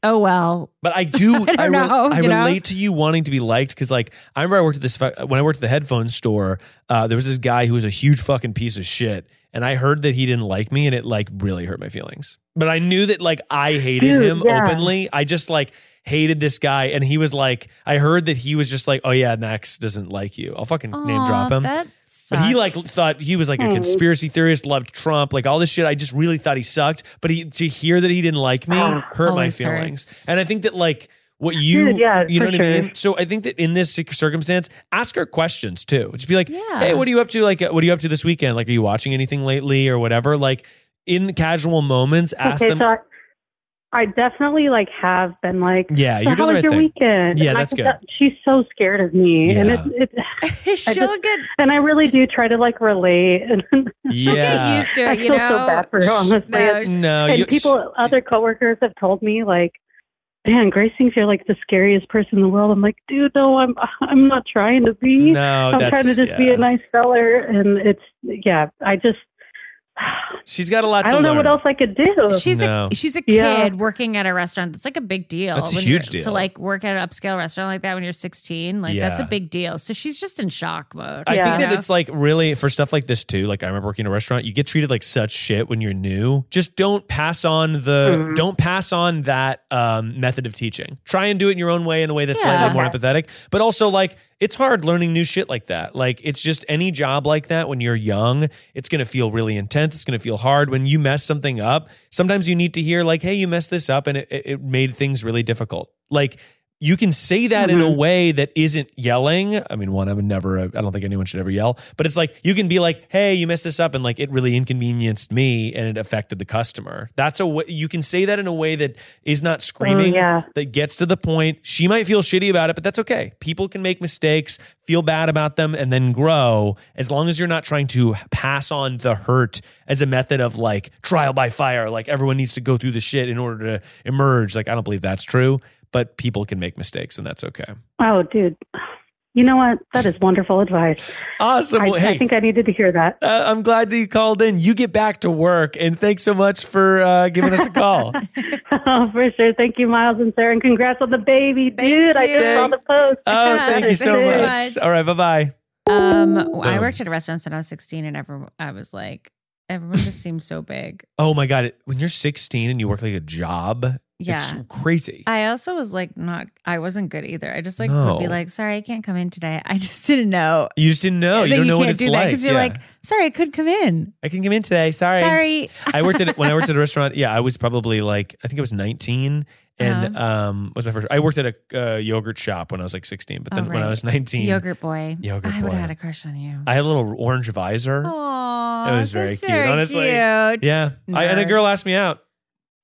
S2: oh well.
S1: But I do.
S2: I don't
S1: I, rel-
S2: know,
S1: I
S2: you know?
S1: relate to you wanting to be liked because, like, I remember I worked at this fu- when I worked at the headphone store. Uh, there was this guy who was a huge fucking piece of shit, and I heard that he didn't like me, and it like really hurt my feelings. But I knew that like I hated
S5: Dude,
S1: him
S5: yeah.
S1: openly. I just like hated this guy, and he was like, I heard that he was just like, oh yeah, Max doesn't like you. I'll fucking name drop
S2: Aw,
S1: him.
S2: That
S1: But he like
S2: sucks.
S1: thought he was like a
S5: Hey.
S1: conspiracy theorist, loved Trump, like all this shit. I just really thought he sucked. But he to hear that he didn't like me
S5: Ah,
S1: hurt my
S2: always
S1: feelings.
S2: hurts.
S1: And I think that like what you
S5: Dude, yeah,
S1: you know
S5: for
S1: what I
S5: sure.
S1: mean. So I think that in this cir- circumstance, ask her questions too. Just be like,
S2: Yeah.
S1: hey, what are you up to? Like, uh, what are you up to this weekend? Like, are you watching anything lately or whatever? Like in the casual moments, ask
S5: okay,
S1: them.
S5: so I, I definitely like have been like,
S1: Yeah,
S5: so
S1: you're doing the
S5: how was
S1: right
S5: your
S1: thing.
S5: weekend?
S1: Yeah,
S5: And I
S1: that's
S5: think
S1: good.
S5: that- she's so scared of me, and
S1: Yeah.
S5: it's it,
S2: she'll get
S5: and I really do try to like relate, and
S2: she'll get
S1: yeah.
S2: used to
S5: I
S2: it. You
S5: feel
S2: know.
S5: so bad for her, honestly.
S2: No,
S1: no,
S5: and
S1: you-
S5: people, other coworkers have told me like, "Man, Gracing, you're like the scariest person in the world." I'm like, "Dude, no, I'm I'm not trying to be.
S1: No,
S5: I'm
S1: that's
S5: trying to just be
S1: yeah.
S5: a nice feller." And it's yeah, I just
S1: She's got a lot.
S5: I
S1: to
S5: don't know
S1: learn.
S5: what else I could do.
S2: She's
S1: No.
S2: a she's a kid
S5: Yeah.
S2: working at a restaurant. That's like a big deal.
S1: That's a
S2: when you're-
S1: huge deal.
S2: to like work at an upscale restaurant like that when you're 16. Like that's a
S1: Yeah.
S2: big deal. So she's just in shock mode.
S1: I
S5: Yeah.
S1: think
S2: you
S1: that
S2: know?
S1: it's like really for stuff like this too. Like I remember working in a restaurant, you get treated like such shit when you're new. Just don't pass on the
S5: Mhm.
S1: don't pass on that um, method of teaching. Try and do it in your own way in a way that's
S2: Yeah.
S1: slightly more empathetic. But also like it's hard learning new shit like that. Like it's just any job like that when you're young, it's gonna feel really intense. It's gonna feel hard when you mess something up. Sometimes you need to hear like, "Hey, you messed this up, and it, it it made things really difficult." Like you can say that in a way that isn't yelling. I mean, one, I'm never, I don't think anyone should ever yell, but it's like you can be like, hey, you messed this up. And like it really inconvenienced me and it affected the customer. That's a way you can say that in a way that is not screaming,
S5: yeah.
S1: that gets to the point. She might feel shitty about it, but that's okay. People can make mistakes, feel bad about them, and then grow as long as you're not trying to pass on the hurt as a method of like trial by fire. Like everyone needs to go through the shit in order to emerge. Like, I don't believe that's true but people can make mistakes and that's okay.
S5: oh, dude, you know what? That is wonderful advice.
S1: Awesome.
S5: I,
S1: Well, hey,
S5: I think I needed to hear that.
S1: uh, I'm glad that you called in. You get back to work and thanks so much for uh, giving us a call.
S5: oh, for sure. Thank you, Miles and Sarah, and congrats on the baby, dude.
S2: Thank
S5: I
S2: you.
S5: just saw the post.
S1: oh, thank you so
S2: Thanks so
S1: much.
S2: much.
S1: All right, bye-bye.
S2: um, I
S1: Boom.
S2: worked at a restaurant when I was 16, and everyone I was like, everyone just seems so big.
S1: Oh my god, when you're 16 and you work like a job,
S2: Yeah.
S1: it's crazy.
S2: I also was like not I wasn't good either. I just like would be
S1: No.
S2: like, sorry, I can't come in today. I just didn't know.
S1: you just didn't know.
S2: that
S1: Oh, You don't know what it's like.
S2: because you're
S1: Yeah.
S2: like, sorry, I couldn't come in.
S1: I can come in today. Sorry.
S2: Sorry.
S1: I worked at when I worked at a restaurant. Yeah, I was probably like I think I was 19, and
S2: Uh-huh.
S1: um was my first. I worked at a uh, yogurt shop when I was like 16, but
S2: Oh,
S1: then when I
S2: right.
S1: was 19,
S2: Yogurt boy.
S1: Yogurt
S2: I would
S1: boy.
S2: have had a crush on you.
S1: I had a little orange visor.
S2: Oh, Aww,
S1: It was very
S2: that's
S1: cute,
S2: very
S1: honestly.
S2: cute.
S1: Yeah, I, and a
S2: Nerd.
S1: girl asked me out.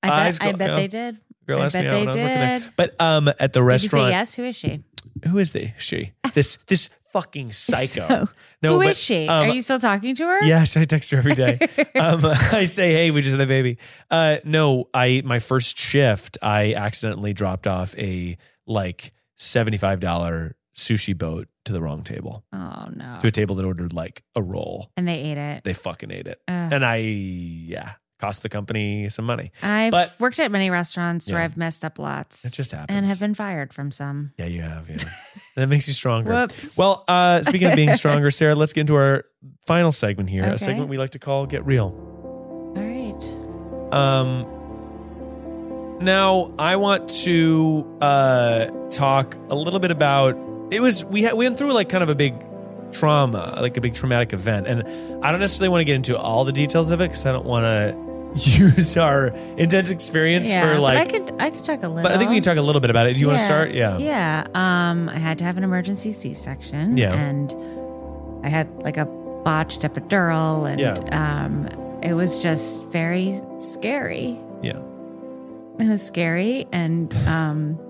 S2: I bet,
S1: Eyes
S2: I
S1: go-
S2: bet
S1: yeah.
S2: they did.
S1: Girl
S2: I
S1: asked
S2: bet
S1: me out
S2: they
S1: when I was working there.
S2: did.
S1: But um, at the
S2: Did you say
S1: restaurant,
S2: yes? Who is she?
S1: who is they? She. This this fucking psycho.
S2: So,
S1: no,
S2: Who is
S1: but,
S2: she?
S1: um,
S2: Are you still talking to her?
S1: Yes, I text her every day. um, I say, "Hey, we just had a baby." Uh, no, I my first shift, I accidentally dropped off a like seventy five dollar sushi boat to the wrong table,
S2: Oh no.
S1: to a table that ordered like a roll.
S2: And they ate it.
S1: They fucking ate it,
S2: Ugh.
S1: and I yeah cost the company some money.
S2: I've
S1: but-
S2: worked at many restaurants where
S1: Yeah.
S2: I've messed up lots.
S1: It just
S2: And
S1: happens.
S2: have been fired from some.
S1: Yeah, you have. Yeah, that makes you stronger.
S2: Whoops.
S1: Well, uh, speaking of being stronger, Sarah, let's get into our final segment here,
S2: Okay.
S1: a segment we like to call Get Real.
S2: all right.
S1: Um, now, I want to uh, talk a little bit about it was we had, we went through like kind of a big trauma, like a big traumatic event, and I don't necessarily want to get into all the details of it because I don't want to use our intense experience
S2: Yeah,
S1: for
S2: but I
S1: like.
S2: could I could talk a little.
S1: But I think we can talk a little bit about it. Do you want to start? Yeah.
S2: Yeah. Um, I had to have an emergency C section.
S1: Yeah.
S2: And I had like a botched epidural and
S1: Yeah.
S2: um it was just very scary.
S1: Yeah.
S2: It was scary and um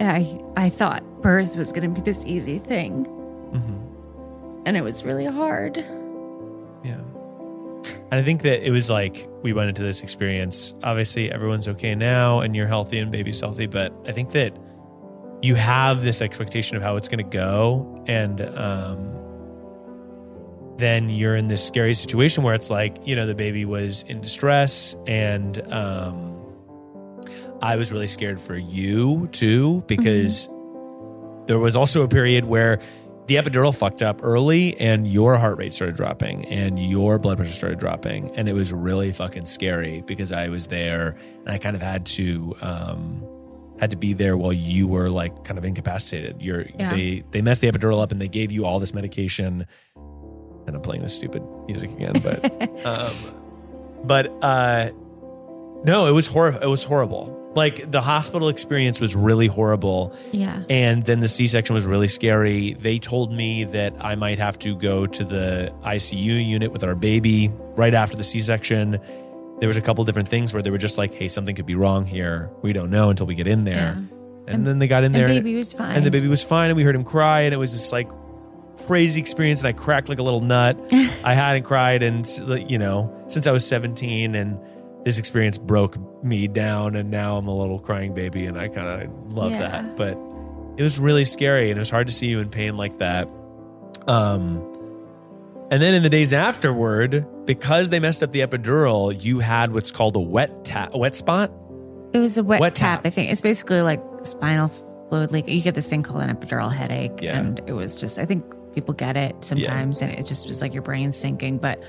S2: I I thought birth was gonna be this easy thing
S1: hmm
S2: and it was really hard.
S1: Yeah. And I think that it was like we went into this experience. Obviously, everyone's okay now and you're healthy and baby's healthy, but I think that you have this expectation of how it's going to go. And um, then you're in this scary situation where it's like, you know, the baby was in distress and um, I was really scared for you too, because there was also a period where the epidural fucked up early and your heart rate started dropping and your blood pressure started dropping and it was really fucking scary because i was there and i kind of had to um had to be there while you were like kind of incapacitated you're
S2: Yeah.
S1: they they messed the epidural up and they gave you all this medication and i'm playing this stupid music again but um, but uh, no, it was hor- It was horrible. Like the hospital experience was really horrible,
S2: yeah.
S1: and then the C section was really scary. They told me that I might have to go to the ICU unit with our baby right after the C section. There was a couple different things where they were just like, "Hey, something could be wrong here. We don't know until we get in there."
S2: Yeah.
S1: And, then they got in
S2: And
S1: there,
S2: baby was fine.
S1: and the baby was fine, and we heard him cry, and it was this like crazy experience, and I cracked like a little nut. I hadn't cried, and you know, since I was seventeen, and this experience broke me down, and now I'm a little crying baby, and I kind of love
S2: Yeah.
S1: that. But it was really scary, and it was hard to see you in pain like that. Um, and then in the days afterward, because they messed up the epidural, you had what's called a wet ta- wet spot.
S2: It was a wet,
S1: Wet
S2: tap,
S1: tap.
S2: I think it's basically like spinal fluid leak. You get this thing called an epidural headache,
S1: Yeah.
S2: and it was just. I think people get it sometimes, and it just was like your brain's sinking, but.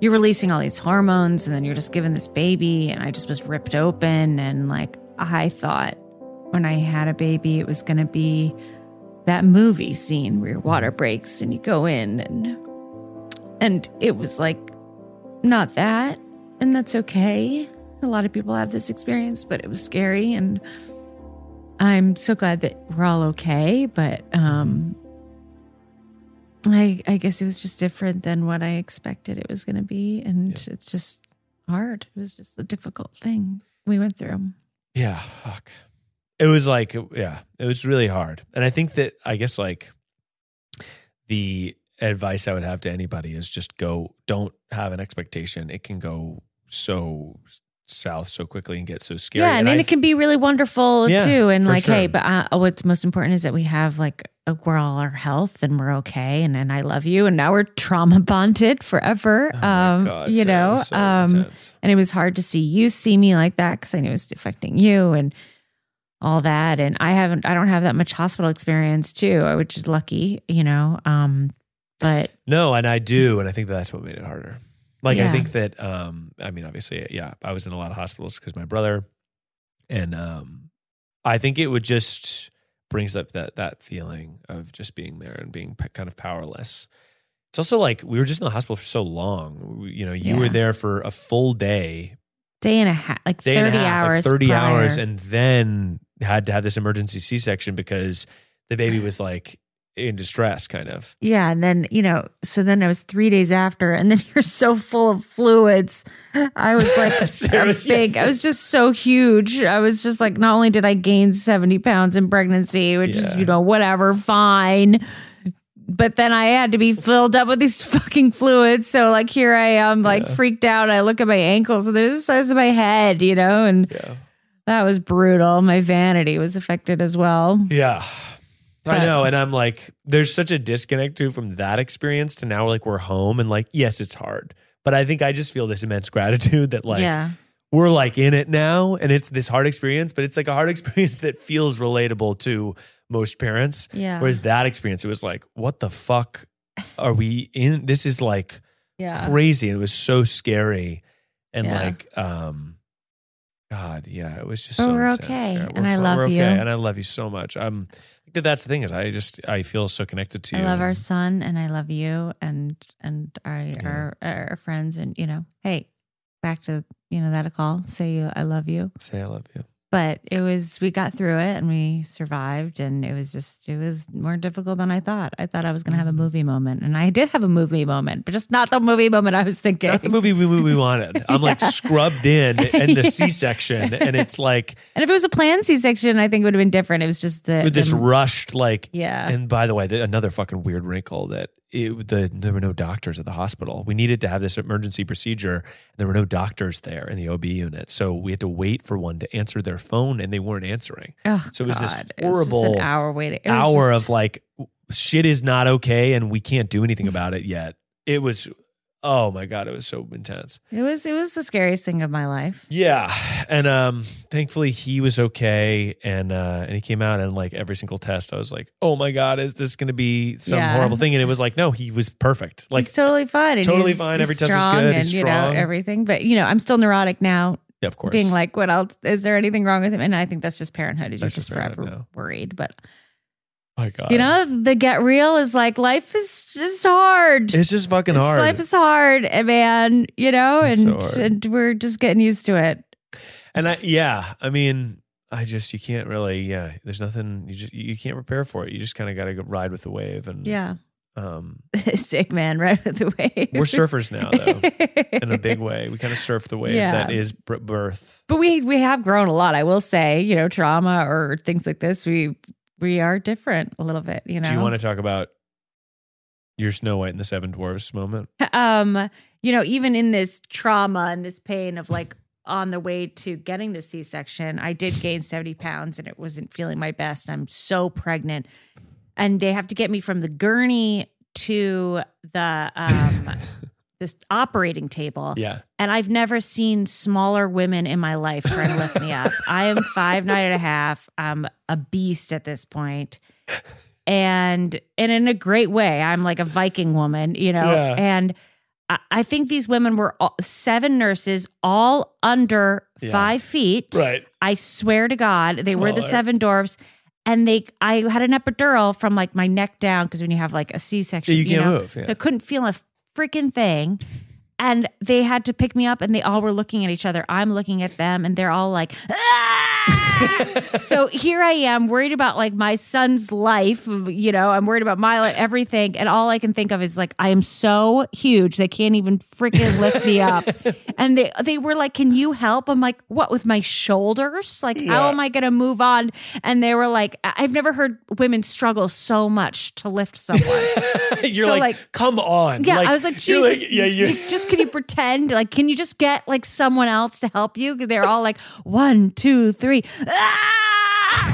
S2: You're releasing all these hormones, and then you're just given this baby, and I just was ripped open, and like I thought when I had a baby, it was gonna be that movie scene where your water breaks and you go in, and and it was like not that and that's okay a lot of people have this experience but it was scary and i'm so glad that we're all okay but um i i guess it was just different than what i expected it was going to be and it's just hard it was just a difficult thing we went through
S1: Yeah, fuck. It was like, yeah, it was really hard. And I think that, I guess, like, the advice I would have to anybody is just go, don't have an expectation. It can go so south so quickly and get so scary.
S2: Yeah, and, then
S1: I-
S2: it can be really wonderful
S1: Yeah,
S2: too. And
S1: for
S2: like, hey,
S1: sure.
S2: but uh, what's most important is that we have like a, we're all our health and we're okay. And and I love you. And now we're trauma bonded forever.
S1: Oh my
S2: um,
S1: God,
S2: you
S1: Sarah,
S2: know,
S1: so
S2: um,
S1: intense.
S2: and it was hard to see you see me like that because I knew it was affecting you and all that. And I haven't, I don't have that much hospital experience too, which is lucky, you know. Um, but
S1: No, and I do, and I think that's what made it harder. Like I
S2: Yeah.
S1: think that um I mean obviously yeah, I was in a lot of hospitals because my brother and um I think it would just brings up that that feeling of just being there and being p- kind of powerless. It's also like we were just in the hospital for so long. We- You know, you were
S2: Yeah.
S1: there for a full day,
S2: day and a half, like
S1: day
S2: thirty
S1: and a half, like
S2: hours,
S1: 30
S2: prior.
S1: hours and then had to have this emergency C-section because the baby was like in distress kind of.
S2: Yeah, and then you know, so then I was three days after, and then you're so full of fluids. I was like
S1: Sarah,
S2: a big.
S1: yes.
S2: I was just so huge. I was just like, not only did I gain seventy pounds in pregnancy, which is
S1: Yeah.
S2: you know whatever, fine, but then I had to be filled up with these fucking fluids. So like here I am, like freaked out. I look at my ankles, and they're the size of my head, you know, and
S1: Yeah.
S2: that was brutal. My vanity was affected as well.
S1: Yeah. I
S2: But-
S1: know. And I'm like, there's such a disconnect too from that experience to now like we're home and like, yes, it's hard. But I think I just feel this immense gratitude that like we're like in it now and it's this hard experience, but it's like a hard experience that feels relatable to most parents.
S2: Yeah.
S1: Whereas that experience, it was like, what the fuck are we in? This is like
S2: yeah.
S1: crazy. And it was so scary. And
S2: Yeah.
S1: like, um, God, yeah, it was just
S2: But
S1: so
S2: we're
S1: intense.
S2: okay,
S1: Yeah,
S2: and I
S1: fi-
S2: love
S1: we're okay,
S2: you.
S1: and I love you so much. I'm that that's the thing is I just I feel so connected to
S2: I
S1: you.
S2: love our
S1: and-
S2: son and I love you and and our our, our friends and you know, hey, back to you know that a call. Say you I love you.
S1: Say I love you.
S2: But it was we got through it and we survived and it was just it was more difficult than I thought. I thought I was gonna have a
S1: Mm-hmm.
S2: movie moment and I did have a movie moment, but just not the movie moment I was thinking.
S1: Not the movie we, we wanted. I'm like
S2: Yeah.
S1: scrubbed in and the
S2: Yeah.
S1: C-section, and it's like
S2: And if it was a planned C section, I think it would have been different. It was just the
S1: with this
S2: the-
S1: rushed like.
S2: yeah.
S1: And by the way, the, another fucking weird wrinkle that it, the, there were no doctors at the hospital. We needed to have this emergency procedure. And there were no doctors there in the OB unit. So we had to wait for one to answer their phone and they weren't answering.
S2: Oh,
S1: So it was this
S2: God. It was just
S1: horrible
S2: an hour waiting. It was
S1: Hour
S2: just-
S1: of like, shit is not okay and we can't do anything about it yet. It was, oh my God, it was so intense.
S2: It was it was the scariest thing of my life.
S1: Yeah. And um thankfully he was okay and uh and he came out and like every single test I was like, "Oh my god, is this going to be some
S2: Yeah.
S1: horrible thing?" And it was like, "No, he was perfect." Like
S2: he's totally fine. and
S1: totally
S2: he's-
S1: fine.
S2: he's
S1: Every test was
S2: strong
S1: good.
S2: And
S1: He's
S2: you know
S1: strong.
S2: everything. But you know, I'm still neurotic now,
S1: yeah, of course.
S2: being like, what else? Is there anything wrong with him? And I think that's just parenthood. Is you're
S1: That's just
S2: just
S1: parenthood
S2: forever
S1: now.
S2: worried. But
S1: oh my god.
S2: you know, the get real is like life is just hard.
S1: it's just fucking
S2: It's-
S1: hard.
S2: Life is hard, eh, man. You know,
S1: It's so
S2: and
S1: hard.
S2: and we're just getting used to it.
S1: and I yeah, I mean, I just you can't really yeah, there's nothing you just you can't prepare for it. You just kind of got to ride with the wave and
S2: Yeah,
S1: um
S2: sick man, right with the wave.
S1: we're surfers now though in a big way. We kind of surf the wave
S2: Yeah.
S1: that is br- birth.
S2: but we we have grown a lot. I will say, you know, trauma or things like this, we we are different a little bit. You know,
S1: Do you want to talk about your Snow White and the Seven Dwarfs moment?
S2: um, you know, even in this trauma and this pain of like on the way to getting the C section, I did gain 70 pounds and it wasn't feeling my best. I'm so pregnant. And they have to get me from the gurney to the um this operating table.
S1: Yeah.
S2: And I've never seen smaller women in my life trying to lift me up. I am five nine and a half. I'm a beast at this point. And and in a great way. I'm like a Viking woman, you know.
S1: Yeah.
S2: And I, I think these women were all, seven nurses, all under
S1: Yeah.
S2: five feet.
S1: Right.
S2: I swear to God, they were the
S1: Smaller.
S2: seven dwarfs. And they, I had an epidural from like my neck down because when you have like a C section,
S1: Yeah, you can't
S2: know,
S1: move, yeah.
S2: So I couldn't feel a freaking thing. And they had to pick me up, and they all were looking at each other. I'm looking at them, and they're all like, "Ah!" so here I am, worried about like my son's life. You know, I'm worried about my life, everything. And all I can think of is like, I am so huge, they can't even freaking lift me up. And they they were like, "Can you help?" I'm like, "What with my shoulders? Like, how am I going to move on?" And they were like, I- "I've never heard women struggle so much to lift someone."
S1: you're
S2: So,
S1: like,
S2: like-
S1: come on.
S2: Yeah, I was like,
S1: you're
S2: Jesus,
S1: yeah, you
S2: you- just can you pretend? Like, can you just get like someone else to help you? They're all like, one, two, three, ah!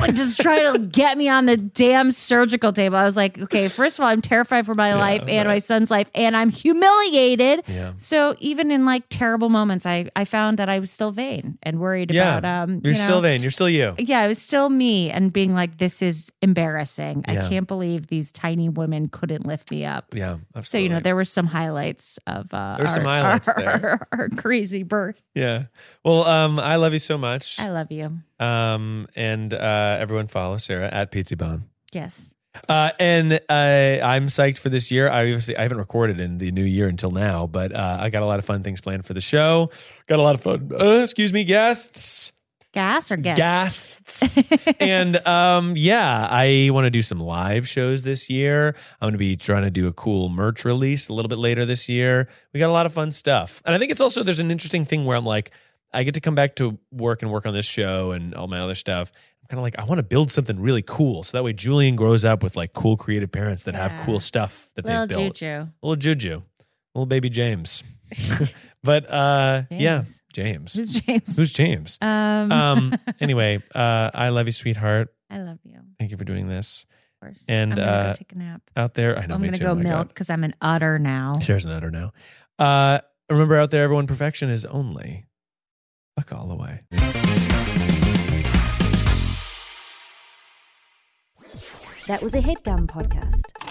S2: And just trying to get me on the damn surgical table. I was like, okay, first of all, I'm terrified for my life and my son's life, and I'm humiliated.
S1: Yeah.
S2: So even in like terrible moments, I I found that I was still vain and worried
S1: yeah.
S2: about um.
S1: you're
S2: you know,
S1: still vain. You're still you.
S2: yeah, it was still me and being like, this is embarrassing.
S1: Yeah.
S2: I can't believe these tiny women couldn't lift me up.
S1: Yeah,
S2: So you know
S1: absolutely.
S2: there were some highlights of uh,
S1: There's
S2: our,
S1: some highlights
S2: our,
S1: there.
S2: our crazy birth.
S1: Yeah. Well, um, I love you so much.
S2: I love you.
S1: Um, and uh, everyone follow Sarah at Pizza Bone.
S2: Yes,
S1: Uh, and uh, I'm psyched for this year. I obviously I haven't recorded in the new year until now, but uh, I got a lot of fun things planned for the show. Got a lot of fun. Uh, excuse me, guests.
S2: gas or gas?
S1: guests. and um, yeah, I want to do some live shows this year. I'm going to be trying to do a cool merch release a little bit later this year. We got a lot of fun stuff. And I think it's also, there's an interesting thing where I'm like, I get to come back to work and work on this show and all my other stuff. I'm kind of like, I want to build something really cool. So that way Julian grows up with like cool creative parents that have
S2: Yeah.
S1: cool stuff that
S2: Little
S1: they've built.
S2: juju.
S1: Little Juju, little baby James. but uh, yeah, James.
S2: James. Who's James?
S1: Who's James?
S2: um,
S1: um anyway uh i love you sweetheart
S2: I love you. Of
S1: thank you for doing this
S2: course.
S1: And,
S2: I'm gonna
S1: uh,
S2: go take a nap.
S1: out there i know
S2: I'm
S1: me
S2: gonna
S1: too
S2: go
S1: oh my
S2: milk because I'm an udder now.
S1: God. shares an utter now uh remember out there everyone perfection is only a call away
S6: That was a headgum podcast.